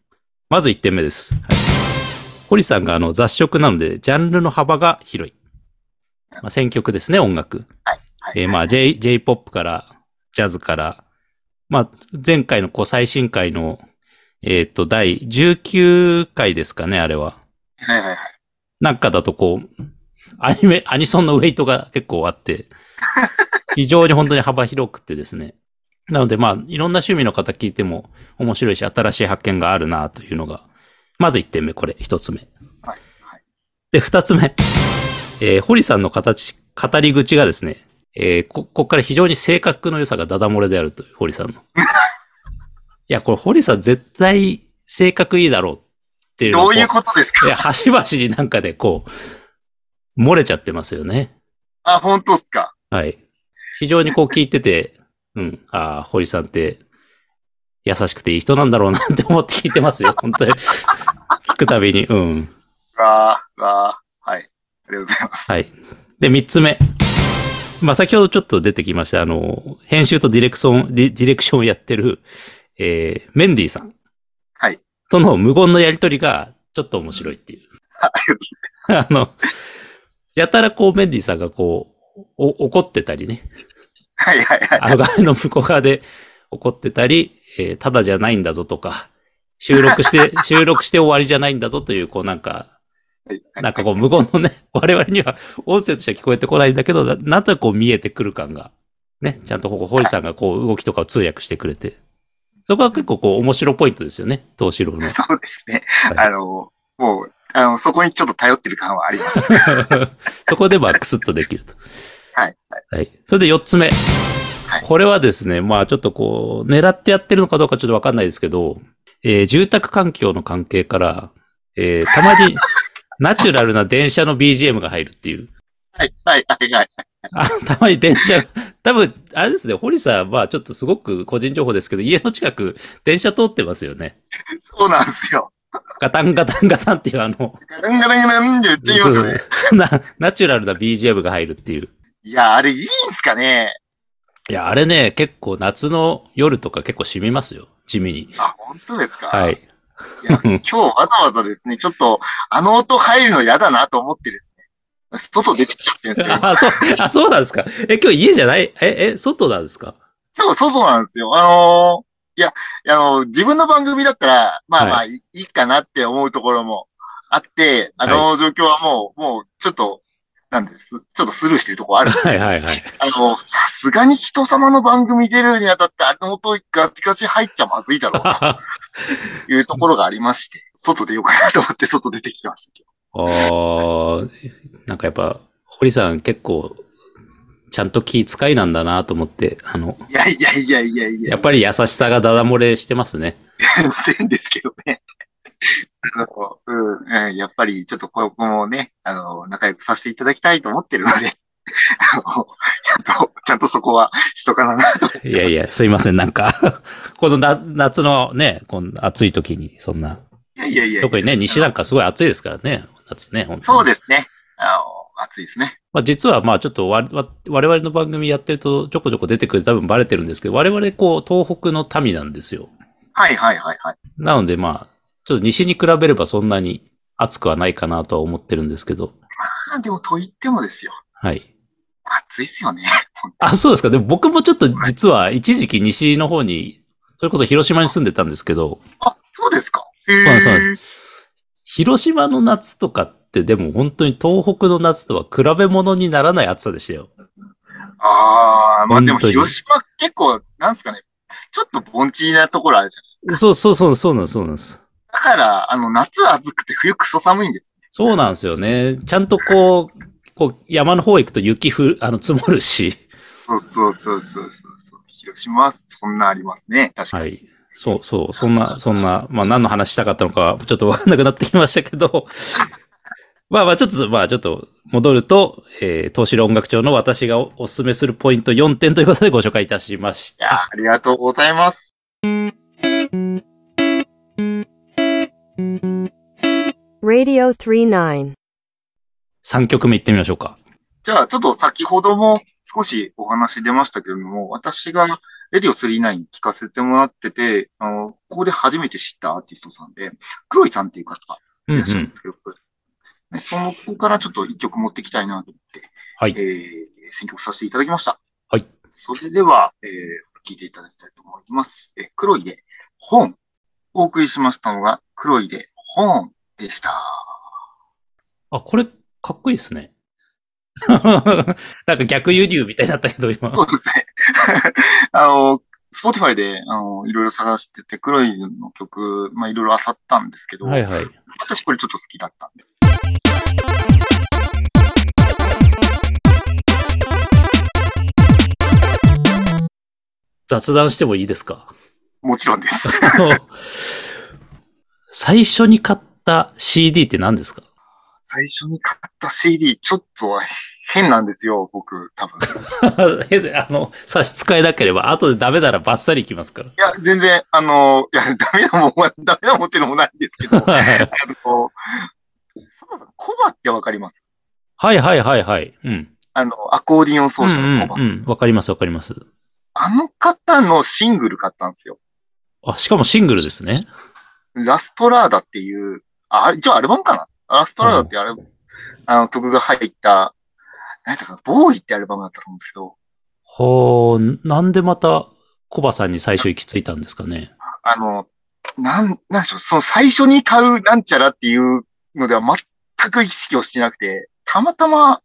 [SPEAKER 2] まず1点目です。はい堀さんがあの雑食なので、ジャンルの幅が広い。まあ、選曲ですね、音楽。
[SPEAKER 3] ーはい。
[SPEAKER 2] えーまあ J、J-POP から、ジャズから、まあ、前回のこう最新回の、えーっと、第19回ですかね、あれは。
[SPEAKER 3] はいはいはい。
[SPEAKER 2] なんかだとこう、アニメ、アニソンのウェイトが結構あ って、非常に本当に幅広くてですね。なのでまあ、いろんな趣味の方聞いても面白いし、新しい発見があるなというのが、まず1点目、これ、1つ目。
[SPEAKER 3] はいはい
[SPEAKER 2] で、2つ目。えー堀さんの形、語り口がですね、えーこ、ここから非常に性格の良さがダダ漏れであるという、堀 さんの。いや、これ堀さん絶対性格いいだろうっていうの
[SPEAKER 3] ど
[SPEAKER 2] を
[SPEAKER 3] ういうことですか
[SPEAKER 2] いや、端々になんかでこう、漏れちゃってますよね。
[SPEAKER 3] あ、本当っすか。
[SPEAKER 2] はい。非常にこう聞いてて、うん、ああ、堀さんって、優しくていい人なんだろうなって思って聞いてますよ、本当に。聞くたびに、うん。
[SPEAKER 3] わー、わー。はい。ありがとうございます。
[SPEAKER 2] はい。で、三つ目。まあ、先ほどちょっと出てきました、あの、編集とディレクション、ディディレクションをやってる、えー、メンディーさん。
[SPEAKER 3] はい。
[SPEAKER 2] との無言のやりとりが、ちょっと面白いっていう。
[SPEAKER 3] あありがと
[SPEAKER 2] あの、やたらこうメンディーさんがこう、お怒ってたりね、
[SPEAKER 3] うございます。はいはいはい。
[SPEAKER 2] あの画面の向こう側で怒ってたり、えーただじゃないんだぞとか、収録して、 収録して終わりじゃないんだぞという、こうなんか、
[SPEAKER 3] はいはい
[SPEAKER 2] なんかこう無言のね、 我々には音声としては聞こえてこないんだけど、ななんとなくこう見えてくる感が、ね、ちゃんとここ、堀さんがこう動きとかを通訳してくれて、そこは結構こう面白ポイントですよね、東四郎の。
[SPEAKER 3] そうですね。
[SPEAKER 2] はい
[SPEAKER 3] あの、もう、あの、そこにちょっと頼ってる感はあります。
[SPEAKER 2] そこでまあクスッとできると。
[SPEAKER 3] はい。
[SPEAKER 2] はい。それで4つ目。これはですね、まあちょっとこう、狙ってやってるのかどうかちょっとわかんないですけど、えー住宅環境の関係から、えーたまにナチュラルな電車の BGM が入るっていう。
[SPEAKER 3] はい、はい、はい、はい。
[SPEAKER 2] あたまに電車、多分、あれですね、堀さんはちょっとすごく個人情報ですけど、家の近く電車通ってますよね。
[SPEAKER 3] そうなんですよ。
[SPEAKER 2] ガタンガタンガタンっていうあの、
[SPEAKER 3] ガランガランガランって言っちゃいますよね。
[SPEAKER 2] そう なナチュラルな BGM が入るっていう。
[SPEAKER 3] いや、あれいいんすかね
[SPEAKER 2] いや、あれね、結構夏の夜とか結構染みますよ。地味に。
[SPEAKER 3] あ、本当ですか
[SPEAKER 2] はい。
[SPEAKER 3] いや、今日わざわざですね、ちょっと、あの音入るの嫌だなと思ってですね、外出てきちゃってるん ですよ。
[SPEAKER 2] あ、そう、あ、そうなんですか。え、今日家じゃないえ、え、外なんですか
[SPEAKER 3] 今日外なんですよ。あのーいや、あの自分の番組だったら、まあまあ、い、いいかなって思うところもあって、あの状況はもう、もう、ちょっと、なんです、ちょっとスルーしてるとこある。
[SPEAKER 2] はいはいはい。
[SPEAKER 3] あの、さすがに人様の番組出るにあたって、あの音ガチガチ入っちゃまずいだろう、
[SPEAKER 2] あ
[SPEAKER 3] というところがありまして、外出ようかなと思って外出てきましたけど。
[SPEAKER 2] ーなんかやっぱ、堀さん結構、ちゃんと気遣いなんだなと思って、あの、
[SPEAKER 3] いやいやいやいやいや
[SPEAKER 2] やっぱり優しさがダダ漏れしてますね。
[SPEAKER 3] 全然ですけどね。あのうんうん、やっぱりちょっとここもね、あの、仲良くさせていただきたいと思ってるので、あの、ちゃんと、ちゃんとそこはしとかななと。
[SPEAKER 2] いやいや、すいません。なんか、 このな夏のね、この暑い時に、そんな。
[SPEAKER 3] いやいやいや。
[SPEAKER 2] 特にね、西なんかすごい暑いですからね。夏ね、本当に
[SPEAKER 3] そうですね。あの、暑いですね。
[SPEAKER 2] まあ実はまあちょっとわわ我々の番組やってるとちょこちょこ出てくる多分バレてるんですけど、我々こう東北の民なんですよ。
[SPEAKER 3] はいはいはいはい。
[SPEAKER 2] なのでまあ、ちょっと西に比べればそんなに暑くはないかなとは思ってるんですけど、
[SPEAKER 3] まあでもと言ってもですよ。
[SPEAKER 2] はい。
[SPEAKER 3] 暑いっすよね。
[SPEAKER 2] あ、そうですか。でも僕もちょっと実は一時期西の方に、それこそ広島に住んでたんですけど、
[SPEAKER 3] あ、そうですか。
[SPEAKER 2] うなんですそう
[SPEAKER 3] へ
[SPEAKER 2] な
[SPEAKER 3] ー
[SPEAKER 2] ん広島の夏とかってでも本当に東北の夏とは比べ物にならない暑さでしたよ。
[SPEAKER 3] ああ、まあでも
[SPEAKER 2] 本当に
[SPEAKER 3] 広島結構、なんですかね。ちょっと盆地なところあるじゃん。
[SPEAKER 2] そうそうそう、そうなんです、そうなんです。
[SPEAKER 3] だから、あの、夏暑くて冬クソ寒いんです。
[SPEAKER 2] そうなんですよね。ちゃんとこう、こう山の方行くと雪ふあの積もるし。
[SPEAKER 3] そうそうそうそうそうそう。広島はそんなありますね。確かに。
[SPEAKER 2] はい。そうそう。そんな、そんな、まあ何の話したかったのかちょっとわかんなくなってきましたけど。 まあまあちょっと、まあちょっと戻ると、えー、東芝音楽長の私がおお勧めするポイント4点ということでご紹介いたしまし
[SPEAKER 3] いやー
[SPEAKER 2] た。
[SPEAKER 3] ありがとうございます。
[SPEAKER 5] Radio 39.
[SPEAKER 2] 3曲目いってみましょうか。
[SPEAKER 3] じゃあ、ちょっと先ほども少しお話出ましたけれども、私がレディオ39聞かせてもらってて、あの、ここで初めて知ったアーティストさんで、黒井さんっていう方が
[SPEAKER 2] うん
[SPEAKER 3] いうらっしゃるん
[SPEAKER 2] ん
[SPEAKER 3] で。すけど、ねその子からちょっと一曲持ってきたいなと思って、
[SPEAKER 2] はい
[SPEAKER 3] えー選曲させていただきました。
[SPEAKER 2] はい。
[SPEAKER 3] それでは、えー、聞いていただきたいと思います。えー、黒いで、本。お送りしましたのが、黒いで、本でした。
[SPEAKER 2] あ、これ、かっこいいですね。 なんか逆輸入みたいになったけど、今。
[SPEAKER 3] そうです ね。あの、Spotify で、あの、いろいろ探してて、黒いの曲、まあ、いろいろ漁ったんですけど、
[SPEAKER 2] はいはい。
[SPEAKER 3] 私これちょっと好きだったんで。
[SPEAKER 2] 雑談してもいいですか
[SPEAKER 3] もちろんです。
[SPEAKER 2] あの最初に買った CD って何ですか
[SPEAKER 3] 最初に買った CD、ちょっと変なんですよ、僕、多分。
[SPEAKER 2] 変であの、差し支えなければ、後でダメならバッサリいきますから。
[SPEAKER 3] いや、全然、あの、いや、ダメなもんは、ダメなもんっていうのもないんです けど、あ
[SPEAKER 2] はい
[SPEAKER 3] の、佐藤さん、コバってわかります
[SPEAKER 2] はいはいはいはい。うん。
[SPEAKER 3] あの、アコーディオン奏者のコバ
[SPEAKER 2] うんう
[SPEAKER 3] さ。
[SPEAKER 2] んんうん。わかりますわかります。
[SPEAKER 3] あの方のシングル買ったんですよ。
[SPEAKER 2] あ、しかもシングルですね。
[SPEAKER 3] ラストラーダっていう、あ、じゃあアルバムかなラストラーダってあれ、あの曲が入った、何だったかな、ボーイってアルバムだったと思うんですけど、
[SPEAKER 2] ほー、なんでまた、コバさんに最初行き着いたんですかね。
[SPEAKER 3] あの、なん、なんでしょう、その最初に買うなんちゃらっていうのでは全く意識をしてなくて、たまたま、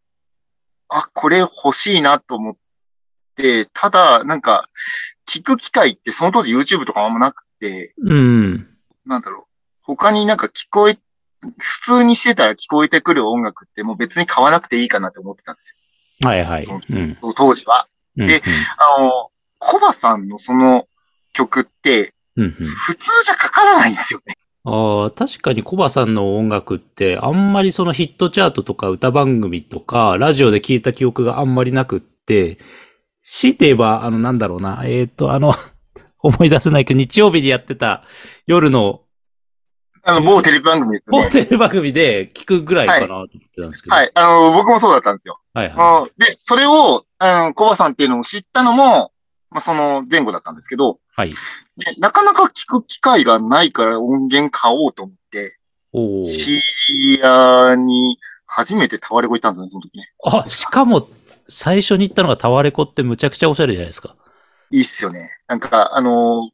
[SPEAKER 3] あ、これ欲しいなと思って、ただ、なんか、聞く機会ってその当時 YouTube とかあんまなくて、
[SPEAKER 2] うん。
[SPEAKER 3] なんだろう、他になんか聞こえ普通にしてたら聞こえてくる音楽ってもう別に買わなくていいかなって思ってたんです
[SPEAKER 2] はいはい。
[SPEAKER 3] そう
[SPEAKER 2] うん。
[SPEAKER 3] よ。当時は。
[SPEAKER 2] うん
[SPEAKER 3] であの、コバさんのその曲って、
[SPEAKER 2] うんうん。
[SPEAKER 3] 普通じゃかからないんですよね。
[SPEAKER 2] ああ、確かにコバさんの音楽って、あんまりそのヒットチャートとか歌番組とか、ラジオで聞いた記憶があんまりなくって、強いて言えば、あの、なんだろうな、えっと、あの、 思い出せないけど、日曜日にやってた夜の
[SPEAKER 3] あの、某テレビ番組です
[SPEAKER 2] 某
[SPEAKER 3] ね。
[SPEAKER 2] テレビ番組で聞くぐらいかなと思ってたんですけど。
[SPEAKER 3] は。い。あの、僕もそうだったんですよ。
[SPEAKER 2] はいは
[SPEAKER 3] うんで、それを、あの、コバさんっていうのを知ったのも、まあ、その前後だったんですけど、
[SPEAKER 2] い。はい。
[SPEAKER 3] でなかなか聞く機会がないから音源買おうと思って、
[SPEAKER 2] おー。
[SPEAKER 3] シリアに初めてタワレコ行ったんですね、その時ね。
[SPEAKER 2] あ、しかも、最初に行ったのがタワレコってむちゃくちゃおしゃれじゃないですか。
[SPEAKER 3] いいっすよね。なんか、あの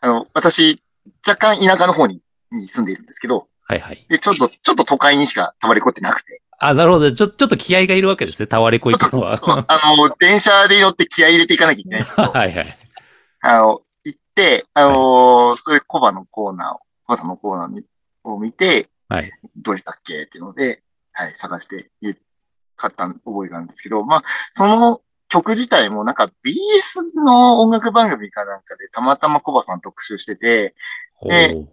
[SPEAKER 3] あの、私、若干田舎の方にに住んでいるんですけど、
[SPEAKER 2] はいはい。
[SPEAKER 3] で、ちょっと、ちょっと都会にしかタワレコってな くて、
[SPEAKER 2] あ、なるほど。ちょ、ちょっと気合がいるわけですね。タワレコ行くのは。
[SPEAKER 3] そうあの、電車で乗って気合い入れていかなきゃいけないんですけ ど、
[SPEAKER 2] はいはい。
[SPEAKER 3] あの、行って、あのそういうコバのコーナーを、コバさんのコーナーにを見て、
[SPEAKER 2] はい。
[SPEAKER 3] どれだっけっていうので、はい、探して、家買った覚えがあるんですけど、まあ、その曲自体もなんか BS の音楽番組かなんかでたまたまコバさん特集してて、
[SPEAKER 2] お
[SPEAKER 3] で
[SPEAKER 2] ー。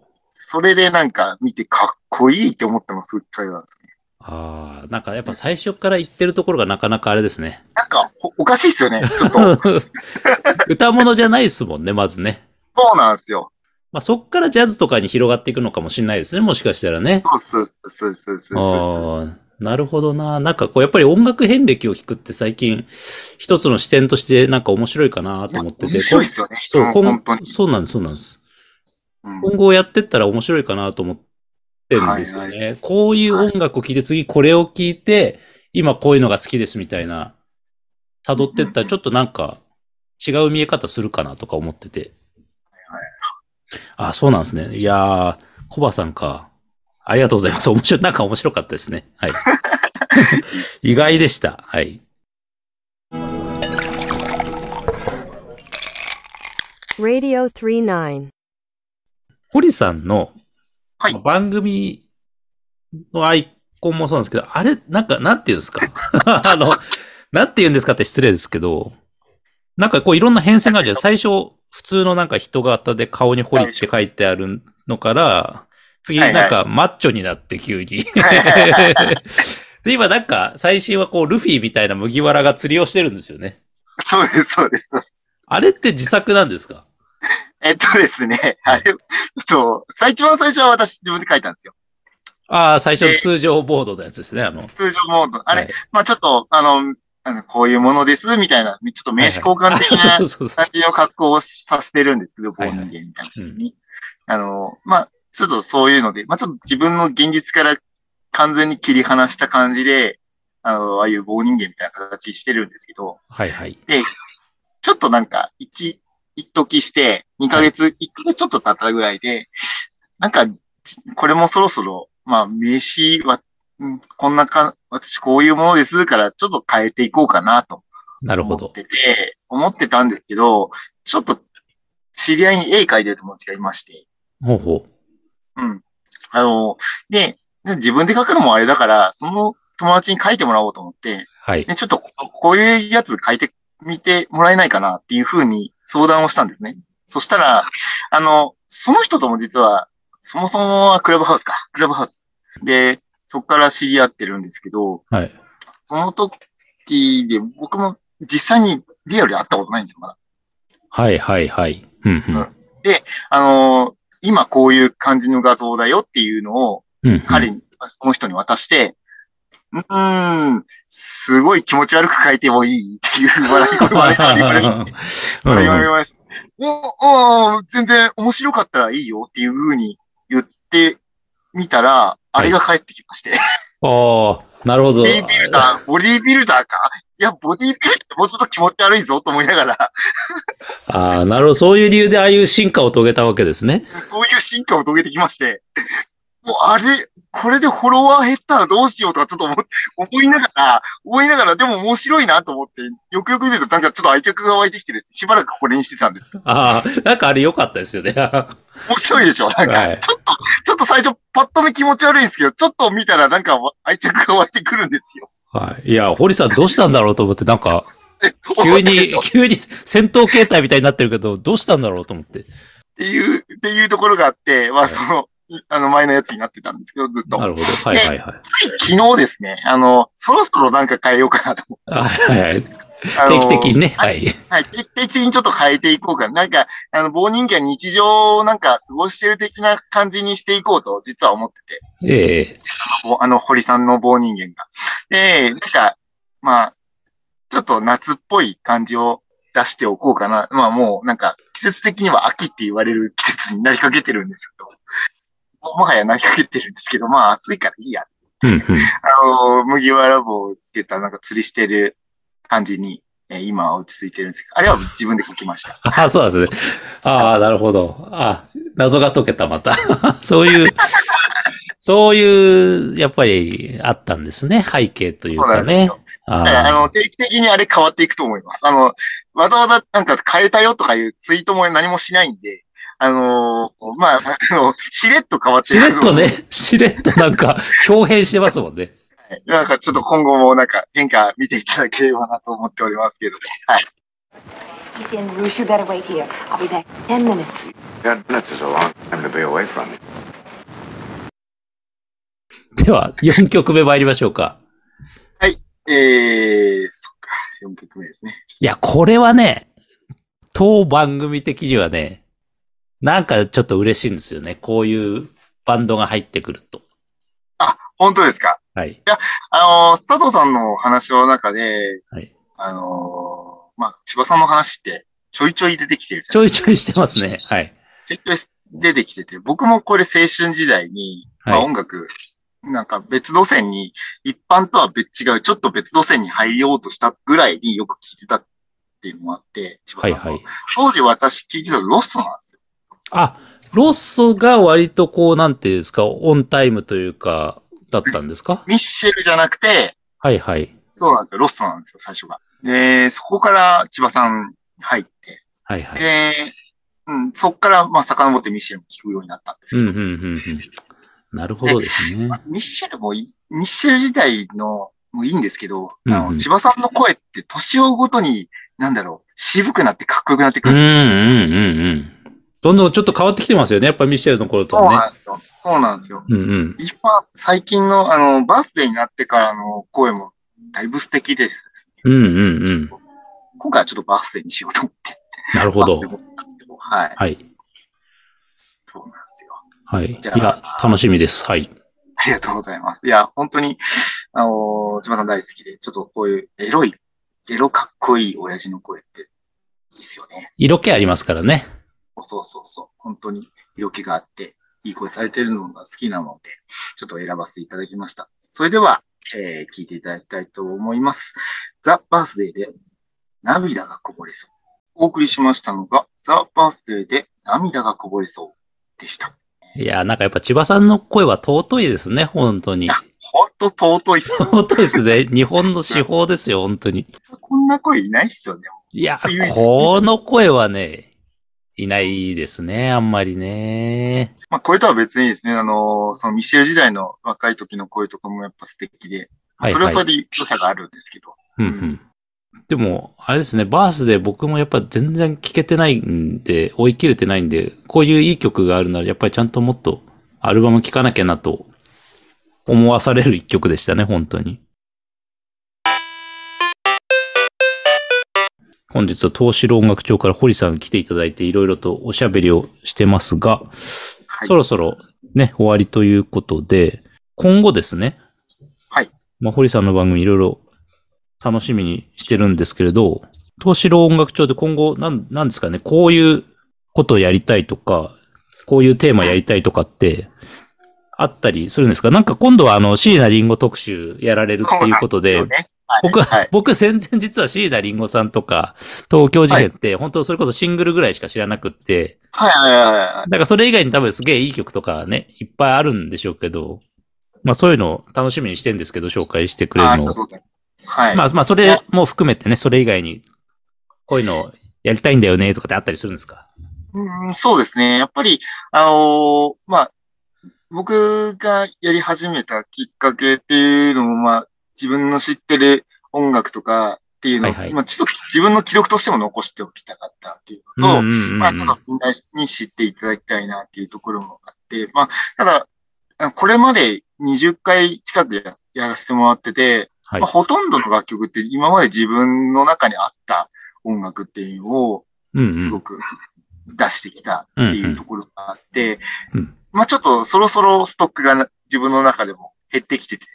[SPEAKER 3] それでなんか見てかっこいいって思ったのがすごい大なんですよね。
[SPEAKER 2] ああ、なんかやっぱ最初から言ってるところがなかなかあれですね。
[SPEAKER 3] なんかおおかしいっすよね、 ちょっと。
[SPEAKER 2] 歌物じゃないですもんね、まずね。
[SPEAKER 3] そうなんですよ。
[SPEAKER 2] まあそっからジャズとかに広がっていくのかもしれないですね、もしかしたらね。
[SPEAKER 3] そうそうそうそうそうそう。
[SPEAKER 2] ああ、なるほどな。なんかこう、やっぱり音楽遍歴を聞くって最近、一つの視点としてなんか面白いかなと思って
[SPEAKER 3] いや
[SPEAKER 2] て
[SPEAKER 3] 面。白いっすよね。
[SPEAKER 2] そう、
[SPEAKER 3] ん
[SPEAKER 2] 今
[SPEAKER 3] 本当に。
[SPEAKER 2] そうなんです、そうなんです。
[SPEAKER 3] うん
[SPEAKER 2] 今後やってったら面白いかなと思ってんですよね。
[SPEAKER 3] はい
[SPEAKER 2] こういう音楽を聴いて、次これを聴いて、今こういうのが好きですみたいな、辿ってったらちょっとなんか違う見え方するかなとか思ってて。あ、そうなんですね。いやー、コバさんか。ありがとうございます。面白い、なんか面白かったですね。 はい。意外でした。はい。
[SPEAKER 5] Radio 39.
[SPEAKER 2] 堀さんの、
[SPEAKER 3] はい
[SPEAKER 2] まあ番組のアイコンもそうなんですけど、あれ、なんか、なんていうんですか あの、なんて言うんですかって失礼ですけど、なんかこういろんな変遷があるじゃん。最初、普通のなんか人型で顔に堀って書いてあるのから、次
[SPEAKER 3] はいはい
[SPEAKER 2] なんかマッチョになって急に。 で、今なんか最新はこうルフィみたいな麦わらが釣りをしてるんですよね。
[SPEAKER 3] そうです、そうです。
[SPEAKER 2] あれって自作なんですか
[SPEAKER 3] えっとですね、あれ、そう、最一番最初は私自分で書いたんですよ。
[SPEAKER 2] ああ、最初の通常ボードのやつですね。あの、
[SPEAKER 3] 通常モード。あれ、
[SPEAKER 2] はい
[SPEAKER 3] まあちょっと、あの、あのこういうものです、みたいな、ちょっと名刺交換的
[SPEAKER 2] あ そ
[SPEAKER 3] な
[SPEAKER 2] うそうそう。
[SPEAKER 3] 感じの格好をさせてるんですけど、棒人間みたいな風に。あの、まあちょっとそういうので、まあちょっと自分の現実から完全に切り離した感じで、あの、ああいう棒人間みたいな形してるんですけど、
[SPEAKER 2] はいはい。
[SPEAKER 3] ちょっとなんか、一、一時して、二ヶ月、一ヶ月ちょっと経ったぐらいで、なんか、これもそろそろ、まあ、名刺は、うんこんなか、私こういうものですから、ちょっと変えていこうかなと
[SPEAKER 2] なる
[SPEAKER 3] 思
[SPEAKER 2] ほど。
[SPEAKER 3] ってて、思ってたんですけど、ちょっと、知り合いに絵描いてる友達がいまして、
[SPEAKER 2] ほうほう。
[SPEAKER 3] うん。あの、で、で自分で描くのもあれだから、その友達に描いてもらおうと思って、
[SPEAKER 2] はい。
[SPEAKER 3] でちょっとここういうやつ書いてみてもらえないかなっていうふうに相談をしたんですね。そしたら、あの、その人とも実は、そもそもはクラブハウスか。クラブハウス。で、そこから知り合ってるんですけど、
[SPEAKER 2] はい。
[SPEAKER 3] その時で僕も実際にリアルで会ったことないんですよ、まだ。
[SPEAKER 2] はいはいはい。うんうん。
[SPEAKER 3] あの、今こういう感じの画像だよっていうのを
[SPEAKER 2] うんうん、
[SPEAKER 3] 彼に、その人に渡して、うーん、すごい気持ち悪く書いてもいいっていう笑い声をあれあれあ れ
[SPEAKER 2] うんうん
[SPEAKER 3] 言われました。お、お、全然面白かったらいいよっていう風に言ってみたら、あれが返ってきまして。
[SPEAKER 2] ああ、なるほど
[SPEAKER 3] ボ。ディービルダー、ボディービルダーかいや、ボディービルダーってもうちょっと気持ち悪いぞと思いながら、
[SPEAKER 2] ああ、なるほど。そういう理由でああいう進化を遂げたわけですね。
[SPEAKER 3] そういう進化を遂げてきまして、もうあれ、これでフォロワー減ったらどうしようとかちょっと思っ思いながら、思いながら、でも面白いなと思って、よくよく見るとなんかちょっと愛着が湧いてきてですねしばらくこれにしてたんです。
[SPEAKER 2] ああ、なんかあれ良かったですよね。
[SPEAKER 3] 面白いでしょなんか、
[SPEAKER 2] はい
[SPEAKER 3] ちょっと、ちょっと最初、パッと見気持ち悪いんですけど、ちょっと見たらなんか愛着が湧いてくるんですよ。
[SPEAKER 2] はい。いや、堀さんどうしたんだろうと思って、なんか、 急
[SPEAKER 3] 思ったでし
[SPEAKER 2] に
[SPEAKER 3] ょっ、
[SPEAKER 2] 急に戦闘形態みたいになってるけど、どうしたんだろうと思って。
[SPEAKER 3] ていう、っていうところがあって、まあその、あの前のやつになってたんですけど、ずっと。
[SPEAKER 2] なるほど。はいはいはい。
[SPEAKER 3] 昨日ですね、あの、そろそろなんか変えようかなと思って。
[SPEAKER 2] はいはい。
[SPEAKER 3] あ
[SPEAKER 2] 定
[SPEAKER 3] の
[SPEAKER 2] 期的にね。はい。
[SPEAKER 3] はい、定期的にちょっと変えていこうかな。なんか、あの、棒人間日常をなんか過ごしてる的な感じにしていこうと、実は思ってて。
[SPEAKER 2] ええ
[SPEAKER 3] ぼあの、堀さんの棒人間が。で、なんか、まあ、ちょっと夏っぽい感じを出しておこうかな。まあもう、なんか、季節的には秋って言われる季節になりかけてるんですけど、ももはやなりかけてるんですけど、まあ暑いからいいや。
[SPEAKER 2] うんうん。
[SPEAKER 3] あの、麦わら帽をつけた、なんか釣りしてる感じに、えー今は落ち着いてるんですけど、あれは自分で書きました。
[SPEAKER 2] あ、そうなんですね。ああ、なるほど。あ謎が解けた、また。 そういう、そういう、やっぱり、あったんですね。背景というかね
[SPEAKER 3] そ。
[SPEAKER 2] あ
[SPEAKER 3] はいあ
[SPEAKER 2] あ
[SPEAKER 3] の、定期的にあれ変わっていくと思います。あの、わざわざなんか変えたよとかいうツイートも何もしないんで、あのーまあ、あの、しれっと変わって
[SPEAKER 2] し
[SPEAKER 3] いく
[SPEAKER 2] れっとね、しれっとなんか、表変してますもんね。
[SPEAKER 3] はいなんかちょっと今後もなんか変化見ていただければなと思っておりますけどね。はい。
[SPEAKER 6] He's in Roosh. You better wait here. I'll be back in ten minutes.
[SPEAKER 7] Ten minutes is a long time to be away from it.
[SPEAKER 2] では、4曲目参りましょうか。
[SPEAKER 3] えー、そっか、4曲目ですね。
[SPEAKER 2] いや、これはね、当番組的にはね、なんかちょっと嬉しいんですよね。こういうバンドが入ってくると。
[SPEAKER 3] 本当ですか
[SPEAKER 2] はい。
[SPEAKER 3] あのー佐藤さんのお話の中で、
[SPEAKER 2] はい
[SPEAKER 3] あのーまあ、千葉さんの話ってちょいちょい出てきてるじゃ
[SPEAKER 2] ち
[SPEAKER 3] ない
[SPEAKER 2] ょいちょいしてますね。はい。
[SPEAKER 3] ちょいちょい出てきてて、僕もこれ青春時代に、まあ
[SPEAKER 2] はい
[SPEAKER 3] 音楽、なんか別路線に、一般とは別違う、ちょっと別路線に入りようとしたぐらいによく聞いてたっていうのもあって、千葉
[SPEAKER 2] は
[SPEAKER 3] さ
[SPEAKER 2] い
[SPEAKER 3] んの
[SPEAKER 2] はい。
[SPEAKER 3] 当時私聞いてたのロストなんですよ。
[SPEAKER 2] あ、ロッソが割とこう、なんていうんですか、オンタイムというか、だったんですか
[SPEAKER 3] ミッシェルじゃなくて、
[SPEAKER 2] はいはい。
[SPEAKER 3] そうなんですよ、ロストなんですよ、最初が。で、そこから千葉さんに入って、
[SPEAKER 2] はいはい。
[SPEAKER 3] で、うん、そこから、まあ、遡ってミッシェルも聞くようになったんですけ
[SPEAKER 2] うん
[SPEAKER 3] ど、
[SPEAKER 2] うんうんうん。なるほどですね。
[SPEAKER 3] ミッシェルもいい、ミッシェル自体のもいいんですけど、
[SPEAKER 2] うんうん
[SPEAKER 3] あの千葉さんの声って年を追うごとに、なんだろう、渋くなってかっこよくなってく
[SPEAKER 2] うんう
[SPEAKER 3] る。
[SPEAKER 2] んうんうん。どんどんちょっと変わってきてますよね。やっぱミシェルの頃と
[SPEAKER 3] そう
[SPEAKER 2] はね。
[SPEAKER 3] なんですよ。そうなんですよ。
[SPEAKER 2] うんうん。
[SPEAKER 3] 今、最近の、あの、バースデーになってからの声も、だいぶ素敵です。
[SPEAKER 2] うんうんうん。
[SPEAKER 3] 今回はちょっとバースデーにしようと思って。
[SPEAKER 2] なるほど
[SPEAKER 3] バ。ースデーになったけどはい。
[SPEAKER 2] はい。
[SPEAKER 3] そうなんですよ。
[SPEAKER 2] はい。い
[SPEAKER 3] じゃあ
[SPEAKER 2] や、楽しみです。はい。
[SPEAKER 3] ありがとうございます。いや、本当に、あのー千葉さん大好きで、ちょっとこういうエロい、エロかっこいい親父の声って、いいですよね。
[SPEAKER 2] 色気ありますからね。
[SPEAKER 3] そうそうそう。本当に色気があって、いい声されてるのが好きなので、ちょっと選ばせていただきました。それでは、えー聞いていただきたいと思います。ザ・バースデーで涙がこぼれそう。お送りしましたのが、ザ・バースデーで涙がこぼれそうでした。
[SPEAKER 2] いや、なんかやっぱ千葉さんの声は尊いですね。本当に
[SPEAKER 3] あ。本当尊いっす。
[SPEAKER 2] 尊いですね。日本の司法ですよ。本当に。
[SPEAKER 3] こんな声いないっすよね。
[SPEAKER 2] いや
[SPEAKER 3] いいです、ね
[SPEAKER 2] この声はね、いないですね。あんまりね。
[SPEAKER 3] まあ、これとは別にですね、あのーそのミシェル時代の若い時の声とかもやっぱ素敵で、
[SPEAKER 2] はい、
[SPEAKER 3] それ
[SPEAKER 2] は
[SPEAKER 3] はそ
[SPEAKER 2] い。
[SPEAKER 3] れで良さがあるんですけど、
[SPEAKER 2] うんうん。でも、あれですね、バースで僕もやっぱ全然聴けてないんで、追い切れてないんで、こういういい曲があるなら、やっぱりちゃんともっとアルバム聴かなきゃなと思わされる一曲でしたね、本当に。本日は東四郎音楽長から堀さん来ていただいていろいろとおしゃべりをしてますが、
[SPEAKER 3] はい
[SPEAKER 2] そろそろね、終わりということで、今後ですね。
[SPEAKER 3] はい。
[SPEAKER 2] まあ、堀さんの番組いろいろ楽しみにしてるんですけれど、東四郎音楽長で今後、なん、なんですかね、こういうことをやりたいとか、こういうテーマやりたいとかって、あったりするんですかなんか今度はあの、椎名林檎特集やられるっていうことで、
[SPEAKER 3] そうねはい
[SPEAKER 2] 僕は、
[SPEAKER 3] はい、
[SPEAKER 2] 僕全然実は椎名林檎さんとか、東京事変って、本当それこそシングルぐらいしか知らなくって、
[SPEAKER 3] はいはいはいはい。
[SPEAKER 2] だからそれ以外に多分すげえいい曲とかね、いっぱいあるんでしょうけど、まあそういうのを楽しみにしてんですけど、紹介してくれ
[SPEAKER 3] あ
[SPEAKER 2] る
[SPEAKER 3] あり
[SPEAKER 2] の
[SPEAKER 3] が
[SPEAKER 2] を
[SPEAKER 3] とうございますはい。
[SPEAKER 2] まあまあそれも含めてね、それ以外に、こういうのやりたいんだよねとかってあったりするんですか
[SPEAKER 3] うん、そうですね。やっぱり、あのーまあ、僕がやり始めたきっかけっていうのも、まあ、自分の知ってる音楽とかっていうのを、
[SPEAKER 2] はいはい
[SPEAKER 3] まあ、ちょっと自分の記録としても残しておきたかったっていう
[SPEAKER 2] う
[SPEAKER 3] のと、
[SPEAKER 2] んうんうん
[SPEAKER 3] まあ、ただみんなに知っていただきたいなっていうところもあって、まあ、ただ、あこれまで20回近くややらせてもらってて、
[SPEAKER 2] はい
[SPEAKER 3] まあ、ほとんどの楽曲って今まで自分の中にあった音楽っていうのを
[SPEAKER 2] うんう
[SPEAKER 3] す
[SPEAKER 2] ん
[SPEAKER 3] ご。く出してきたっていうところがあって
[SPEAKER 2] うんうん、
[SPEAKER 3] まあちょっとそろそろストックがな自分の中でも減って きてて、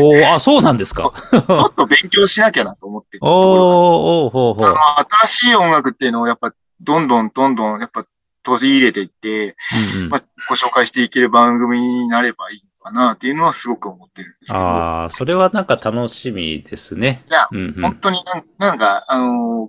[SPEAKER 2] おー、あ、そうなんですか。
[SPEAKER 3] ちょっ と勉強しなきゃなと思ってると
[SPEAKER 2] おー、
[SPEAKER 3] こ
[SPEAKER 2] おー、ほう
[SPEAKER 3] ろ
[SPEAKER 2] ほ
[SPEAKER 3] が
[SPEAKER 2] う。
[SPEAKER 3] あの新しい音楽っていうのをやっぱどんどんどんどんやっぱ取り入れていって、
[SPEAKER 2] うんうん
[SPEAKER 3] まあ、ご紹介していける番組になればいいのかなっていうのはすごく思ってるんですけど、
[SPEAKER 2] ああ、それはなんか楽しみですね。
[SPEAKER 3] いや
[SPEAKER 2] うんうん、
[SPEAKER 3] 本当になんなんか、あのー、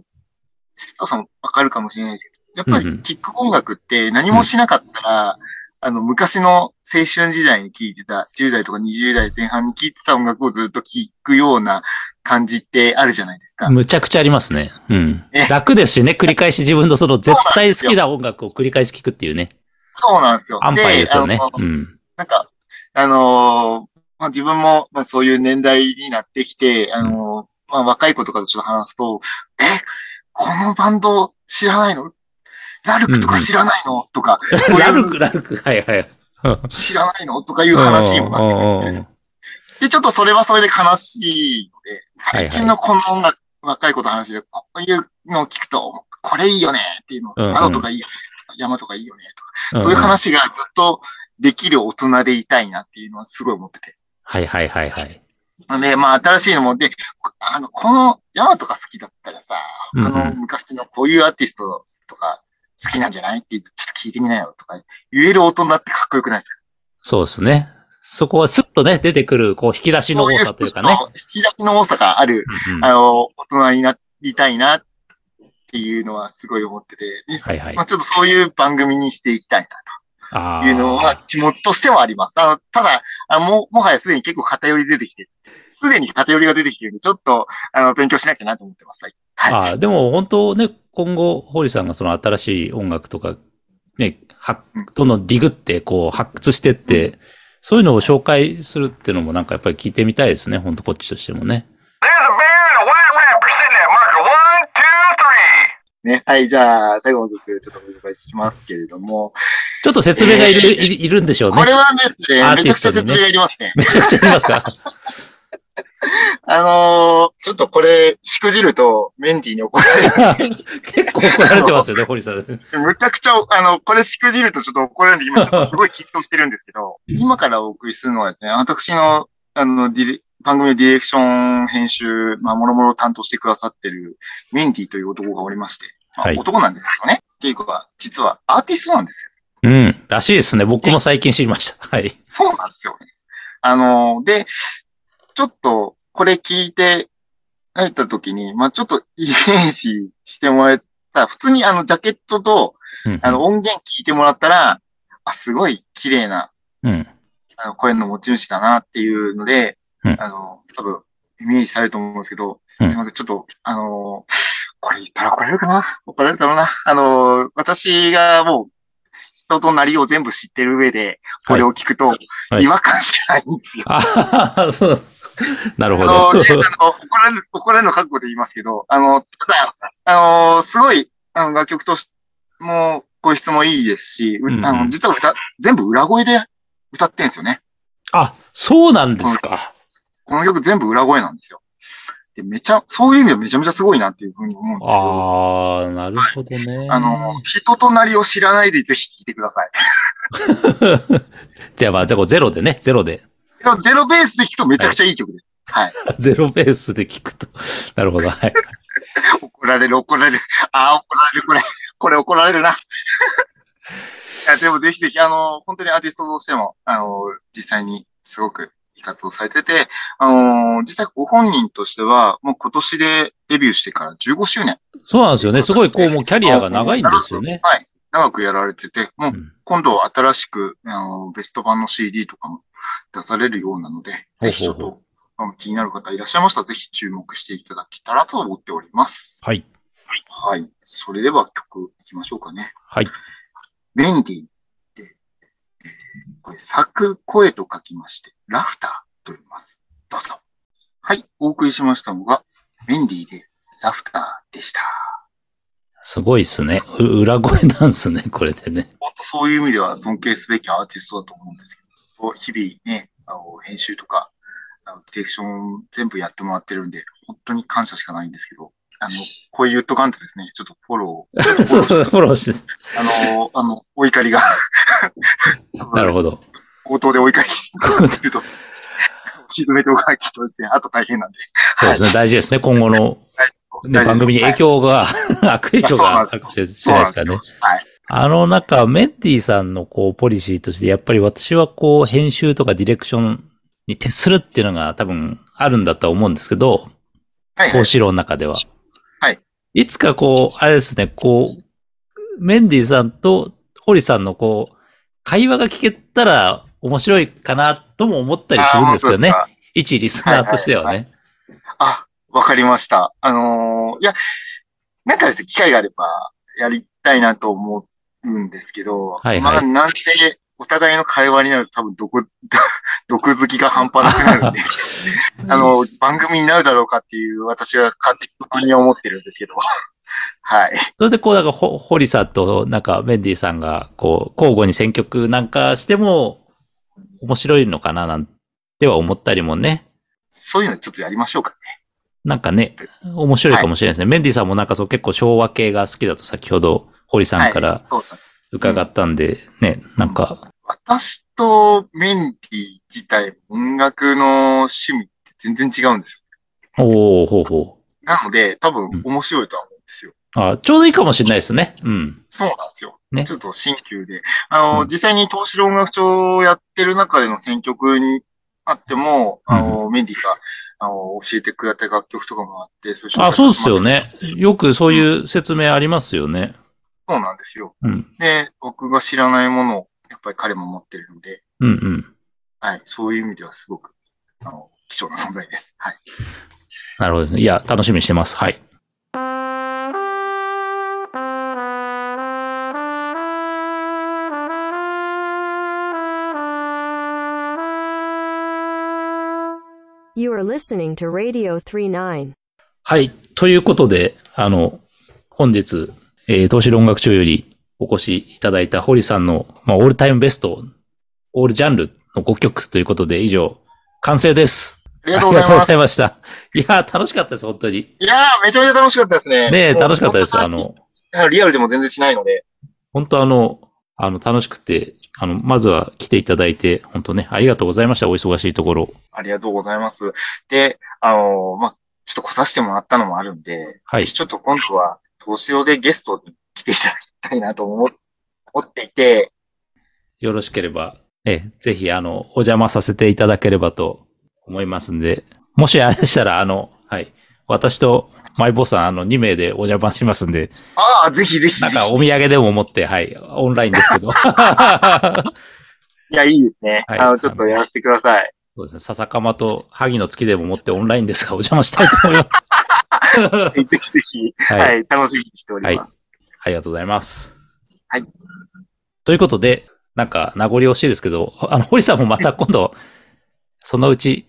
[SPEAKER 3] 佐藤さんもわかるかもしれないですけど、やっぱ
[SPEAKER 2] うんうん
[SPEAKER 3] りキック音楽って何もしなかったら、あの、昔の青春時代に聴いてた、10代とか20代前半に聴いてた音楽をずっと聴くような感じってあるじゃないですか。
[SPEAKER 2] むちゃくちゃありますね。うん
[SPEAKER 3] ね。
[SPEAKER 2] 楽ですしね、繰り返し自分のその絶対好きな音楽を繰り返し聴くっていうね、
[SPEAKER 3] そうなんですよ。
[SPEAKER 2] 安牌ですよね
[SPEAKER 3] あ。の
[SPEAKER 2] うん。
[SPEAKER 3] なんか、あのーまあ、自分も、まあ、そういう年代になってきて、あのーまあ、若い子とかとちょっと話すと、え、このバンド知らないのラルクとか知らないの、とか、そう
[SPEAKER 2] ラ
[SPEAKER 3] い
[SPEAKER 2] ル
[SPEAKER 3] う
[SPEAKER 2] ク、ラルク、はいはい。
[SPEAKER 3] 知らないのとかいう話にもな
[SPEAKER 2] うん
[SPEAKER 3] っ
[SPEAKER 2] う
[SPEAKER 3] て
[SPEAKER 2] ん
[SPEAKER 3] く
[SPEAKER 2] う
[SPEAKER 3] る
[SPEAKER 2] ん
[SPEAKER 3] で、ちょっとそれはそれで悲しいので、最近のこの音楽、若い子と話で、こういうのを聞くと、これいいよねっていうの、
[SPEAKER 2] うんうん
[SPEAKER 3] 窓とかいいよね、山とかいいよねと
[SPEAKER 2] うん
[SPEAKER 3] か、そういう話がずっとできる大人でいたいなっていうのはすごい思ってて。
[SPEAKER 2] はいはいはいはい。
[SPEAKER 3] で、まあ新しいのも、で、こあの、この山とか好きだったらさ、
[SPEAKER 2] うんうん
[SPEAKER 3] 他の昔のこういうアーティストとか好きなんじゃないって、ちょっと聞いてみなよとか言える大人ってかっこよくないですか
[SPEAKER 2] そうですね。そこはスッとね、出てくる、こう、引き出しの多さというかね。。
[SPEAKER 3] 引き出しの多さがある、
[SPEAKER 2] うんうん
[SPEAKER 3] あの、大人になりたいなっていうのはすごい思ってて、で
[SPEAKER 2] はいはい
[SPEAKER 3] まあ、ちょっとそういう番組にしていきたい
[SPEAKER 2] あ
[SPEAKER 3] なというのは
[SPEAKER 2] あ。
[SPEAKER 3] 気持ちとしてはあります。あのただあも、もはやすでに結構偏り出てきて、すでに偏りが出てきてるんで、ちょっとあの勉強しなきゃなと思ってます。はいはい。
[SPEAKER 2] ああ、でも本当ね、今後、堀さんがその新しい音楽とか、ね、は
[SPEAKER 3] うん、
[SPEAKER 2] どんどんディグって、こう、発掘してって、そういうのを紹介するっていうのもなんかやっぱり聞いてみたいですね、本当こっちとしてもね。
[SPEAKER 8] There's a bear and a white rapper sitting at marker one, two, three.
[SPEAKER 3] ね、はい、じゃあ、最後の曲、ちょっとお伺いしますけれども、
[SPEAKER 2] ちょっと説明がいる、いるいるんでしょう
[SPEAKER 3] こ
[SPEAKER 2] ね
[SPEAKER 3] れ。はです
[SPEAKER 2] ア
[SPEAKER 3] ね、
[SPEAKER 2] ーテ
[SPEAKER 3] めち
[SPEAKER 2] ィ
[SPEAKER 3] ゃ
[SPEAKER 2] ス
[SPEAKER 3] く
[SPEAKER 2] ト
[SPEAKER 3] ち
[SPEAKER 2] にね
[SPEAKER 3] ゃ説明がいりますね。
[SPEAKER 2] めちゃくちゃいますか
[SPEAKER 3] あのーちょっとこれ、しくじると、メンディーに怒られる。
[SPEAKER 2] 結構怒られてますよ ね、堀さん。
[SPEAKER 3] むちゃくちゃ、あの、これしくじるとちょっと怒られるんで、今ちょっとすごい緊張してるんですけど、今からお送りするのはですね、私の、あの、ディレ番組のディレクション編集、まあ、もろもろ担当してくださってる、メンディーという男がおりまして、まあ
[SPEAKER 2] はい
[SPEAKER 3] 男なんですけどね。っていうか、実はアーティストなんですよ。
[SPEAKER 2] うん、らしいですね。僕も最近知りました。はい。
[SPEAKER 3] そうなんですよね。あの、で、ちょっと、これ聞いて、入った時に、まあ、ちょっとイメージしてもらえたら、普通にあの、ジャケットと、
[SPEAKER 2] うん
[SPEAKER 3] あの、音源聞いてもらったら、あ、すごい綺麗な
[SPEAKER 2] うん。
[SPEAKER 3] あの声の持ち主だなっていうので、
[SPEAKER 2] うん
[SPEAKER 3] あの、多分、イメージされると思うんですけど、
[SPEAKER 2] うん
[SPEAKER 3] すいません、ちょっと、あのーこれ言ったら怒られるかな怒られるだろうな。あのー私がもう、人となりを全部知ってる上で、これを聞くと、
[SPEAKER 2] はい
[SPEAKER 3] 違和感しかないんですよ。
[SPEAKER 2] あははそう。なるほ
[SPEAKER 3] あの、ねあ
[SPEAKER 2] ど。
[SPEAKER 3] の怒られる、怒られるの覚悟で言いますけど、あの、ただ、あの、すごい、あの、楽曲としても、ご質もいいですし、う
[SPEAKER 2] うんうん
[SPEAKER 3] あの、実は歌、全部裏声で歌ってんですよね。
[SPEAKER 2] あ、そうなんですか。
[SPEAKER 3] この曲全部裏声なんですよ。で、めちゃ、そういう意味でめちゃめちゃすごいなっていうふうに思うんですけど、
[SPEAKER 2] ああ、なるほどね。
[SPEAKER 3] あの、人となりを知らないでぜひ聴いてください。
[SPEAKER 2] じゃあまあ、じゃあこうゼロでね、ゼロで。
[SPEAKER 3] でもゼロベースで聴くとめちゃくちゃいい曲です。はい。
[SPEAKER 2] ゼロベースで聞くと。なるほど。はい。
[SPEAKER 3] 怒られる、怒られる。ああ、怒られる、これ。これ怒ら れるな。いや、でもぜひぜひ、あの、本当にアーティストとしても、あの、実際にすごくいい活動されてて、あの、実際ご本人としては、もう今年でデビューしてから15周年。
[SPEAKER 2] そうなんですよね。すごいこう、もうキャリアが長いんですよね。
[SPEAKER 3] はい。長くやられてて、もう
[SPEAKER 2] うん
[SPEAKER 3] 今度新しく、あの、ベスト版の CD とかも出されるようなので、
[SPEAKER 2] ほうほ
[SPEAKER 3] ぜひち
[SPEAKER 2] う
[SPEAKER 3] ょっ
[SPEAKER 2] ほう
[SPEAKER 3] と、あの気になる方いらっしゃいましたら、ぜひ注目していただけたらと思っております。
[SPEAKER 2] はい。
[SPEAKER 3] はい。それでは曲いきましょうかね。
[SPEAKER 2] はい。
[SPEAKER 3] メンディーって、えーこれ、咲く声と書きまして、ラフターと言います。どうぞ。はい。お送りしましたのが、メンディーで、ラフターでした。
[SPEAKER 2] すごいっすね。う裏声なんすね、これでね。
[SPEAKER 3] 本当そういう意味では尊敬すべきアーティストだと思うんですけど、日々ね、あの編集とか、あのディレクション全部やってもらってるんで、本当に感謝しかないんですけど、あの、こう言っとかんとですね、ちょっとフォロー、
[SPEAKER 2] そう そう、フォローして。
[SPEAKER 3] あの、あの、お怒りが、
[SPEAKER 2] なるほど。
[SPEAKER 3] 口頭でお怒りし てると、沈めておかないとですね、あと大変なんで。
[SPEAKER 2] そうですね、大事ですね。今後の、ね、
[SPEAKER 3] 大丈夫
[SPEAKER 2] 番組に影響が、 悪影響があるかもしれないですからね。
[SPEAKER 3] はい。
[SPEAKER 2] あの中、メンディーさんのこう、ポリシーとして、やっぱり私はこう、編集とかディレクションに徹するっていうのが多分あるんだとは思うんですけど、
[SPEAKER 3] はい、はい
[SPEAKER 2] 投。資論の中では。
[SPEAKER 3] はい。
[SPEAKER 2] いつかこう、あれですね、こう、メンディーさんと堀さんのこう、会話が聞けたら面白いかなとも思ったりするんですけどね
[SPEAKER 3] あ。本
[SPEAKER 2] 一リスナーとしてはね。
[SPEAKER 3] あ、わかりました。あのーいや、なんかですね、機会があればやりたいなと思うんですけど、
[SPEAKER 2] はいはい
[SPEAKER 3] まあ、なんで、お互いの会話になると多分、どこ、 毒好きが半端なくなるん で、あの、番組になるだろうかっていう、私は勝手に不安に思ってるんですけど、 はい。
[SPEAKER 2] それでこう、なんか、ほ堀さんと、なんか、メンディーさんが、こう、交互に選曲なんかしても、面白いのかな、なんては思ったりもね。
[SPEAKER 3] そういうのちょっとやりましょうか
[SPEAKER 2] なんか
[SPEAKER 3] ね。
[SPEAKER 2] ね、面白いかもしれないですね。メンディーさんもなんかそう結構昭和系が好きだと先ほど、堀さんから
[SPEAKER 3] はいそうだ
[SPEAKER 2] 伺ったんで、ね、なんか、
[SPEAKER 3] 私とメンディー自体、音楽の趣味って全然違うんですよ。
[SPEAKER 2] おおほうほう。
[SPEAKER 3] なので、多
[SPEAKER 2] うん
[SPEAKER 3] 分面白いとは思うんですよ。
[SPEAKER 2] あちょうどいいかもしれないですね。うん。
[SPEAKER 3] そうなんですよ。
[SPEAKER 2] ね
[SPEAKER 3] ちょっと新旧で。あの、
[SPEAKER 2] うん
[SPEAKER 3] 実際に東芝音楽長をやってる中での選曲にあっても、あの、メンディーが、あの、教えてくれた楽曲とかもあって、そ
[SPEAKER 2] あ、そうですよ。ね。よくそういう説明ありますよね。
[SPEAKER 3] そうなんですよ。
[SPEAKER 2] うん。
[SPEAKER 3] で、僕が知らないものを、やっぱり彼も持ってるので、
[SPEAKER 2] うんうん。
[SPEAKER 3] はい、そういう意味ではすごく、あの、貴重な存在です。はい。
[SPEAKER 2] なるほどですね。いや、楽しみにしてます。はい。
[SPEAKER 5] You are listening to Radio 39.
[SPEAKER 2] はい。ということで、あの、本日、えー、東芝音楽長よりお越しいただいた堀さんの、まあ、オールタイムベスト、オールジャンルの5曲ということで、以上、完成です。
[SPEAKER 3] ありがとうございます。
[SPEAKER 2] いました。いやー、楽しかったです、本当に。
[SPEAKER 3] いやー、めちゃめちゃ楽しかったですね。
[SPEAKER 2] ねえ、
[SPEAKER 3] もう
[SPEAKER 2] 楽しかったです。あ
[SPEAKER 3] 本当に
[SPEAKER 2] の、
[SPEAKER 3] あのリアルでも全然しないので、
[SPEAKER 2] 本当あの、あの、楽しくて、あの、まずは来ていただいて、本当ね、ありがとうございました、お忙しいところ。
[SPEAKER 3] ありがとうございます。で、あの、まあ、ちょっと来させてもらったのもあるんで、
[SPEAKER 2] はい。
[SPEAKER 3] ちょっと今度は、東芝でゲストに来ていただきたいなと思 思っていて、
[SPEAKER 2] よろしければ、ええ、ぜひ、あの、お邪魔させていただければと思いますんで、もしあれでしたら、あの、はい、私とマイボスさん、あの、2名でお邪魔しますんで、
[SPEAKER 3] ああ、ぜひぜひ。
[SPEAKER 2] なんかお土産でも持って、はい、オンラインです けど。
[SPEAKER 3] いや、いいですね。
[SPEAKER 2] はい
[SPEAKER 3] あの、ちょっとやらせてく ださい。
[SPEAKER 2] そうですね。笹かまと萩の月でも持ってオンラインですが、お邪魔したいと思います。
[SPEAKER 3] ぜひぜひ、
[SPEAKER 2] はい
[SPEAKER 3] はい、楽しみにしております。
[SPEAKER 2] ありがとうございます。
[SPEAKER 3] はい。
[SPEAKER 2] ということで、なんか名残惜しいですけど、あの、堀さんもまた今度、そのうち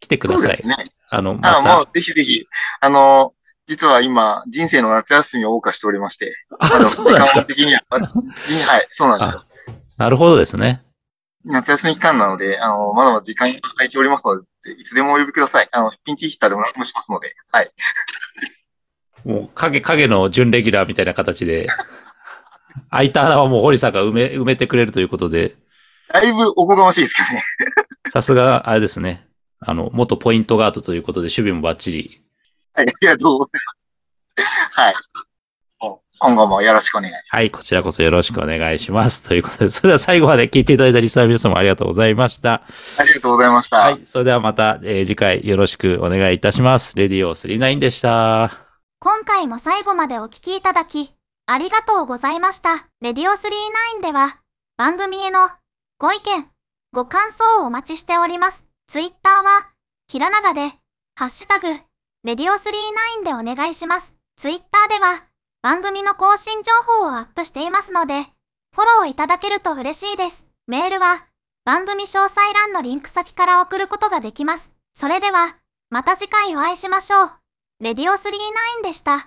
[SPEAKER 2] 来てくだ
[SPEAKER 3] そう
[SPEAKER 2] さ
[SPEAKER 3] で
[SPEAKER 2] い。
[SPEAKER 3] すね。
[SPEAKER 2] あの、ま
[SPEAKER 3] あ
[SPEAKER 2] た。
[SPEAKER 3] もう、ぜひぜひ。あの、実は今、人生の夏休みを謳歌しておりまして、あ
[SPEAKER 2] あ、
[SPEAKER 3] の
[SPEAKER 2] そうなんです
[SPEAKER 3] 時間
[SPEAKER 2] か。
[SPEAKER 3] 的 には、あじはい、そうなんですよ。
[SPEAKER 2] あ、なるほどですね。
[SPEAKER 3] 夏休み期間なので、あの、まだまだ時間が空いておりますので、いつでもお呼びください。あの、ピンチヒッターでも何でもしますので、はい。
[SPEAKER 2] もう影、影の準レギュラーみたいな形 で、空いた穴はもう堀さんが埋め、埋めてくれるということで、
[SPEAKER 3] だいぶおこがましいですけどね。
[SPEAKER 2] さすが、あれですね。あの、元ポイントガードということで、守備もバッチリ
[SPEAKER 3] はい、ありがとうございます。はい。今後もよろしくお願いします。
[SPEAKER 2] はい、こちらこそよろしくお願いします。ということで、それでは最後まで聞いていただいたリスナーの皆様ありがとうございました。
[SPEAKER 3] ありがとうございました。
[SPEAKER 2] はい、それではまた、えー次回よろしくお願いいたします。レディオ39でした。
[SPEAKER 1] 今回も最後までお聞きいただき、ありがとうございました。レディオ39では、番組へのご意見、ご感想をお待ちしております。ツイッターは、ひらながで、ハッシュタグ、レディオ39でお願いします。ツイッターでは番組の更新情報をアップしていますので、フォローいただけると嬉しいです。メールは番組詳細欄のリンク先から送ることができます。それでは、また次回お会いしましょう。レディオ39でした。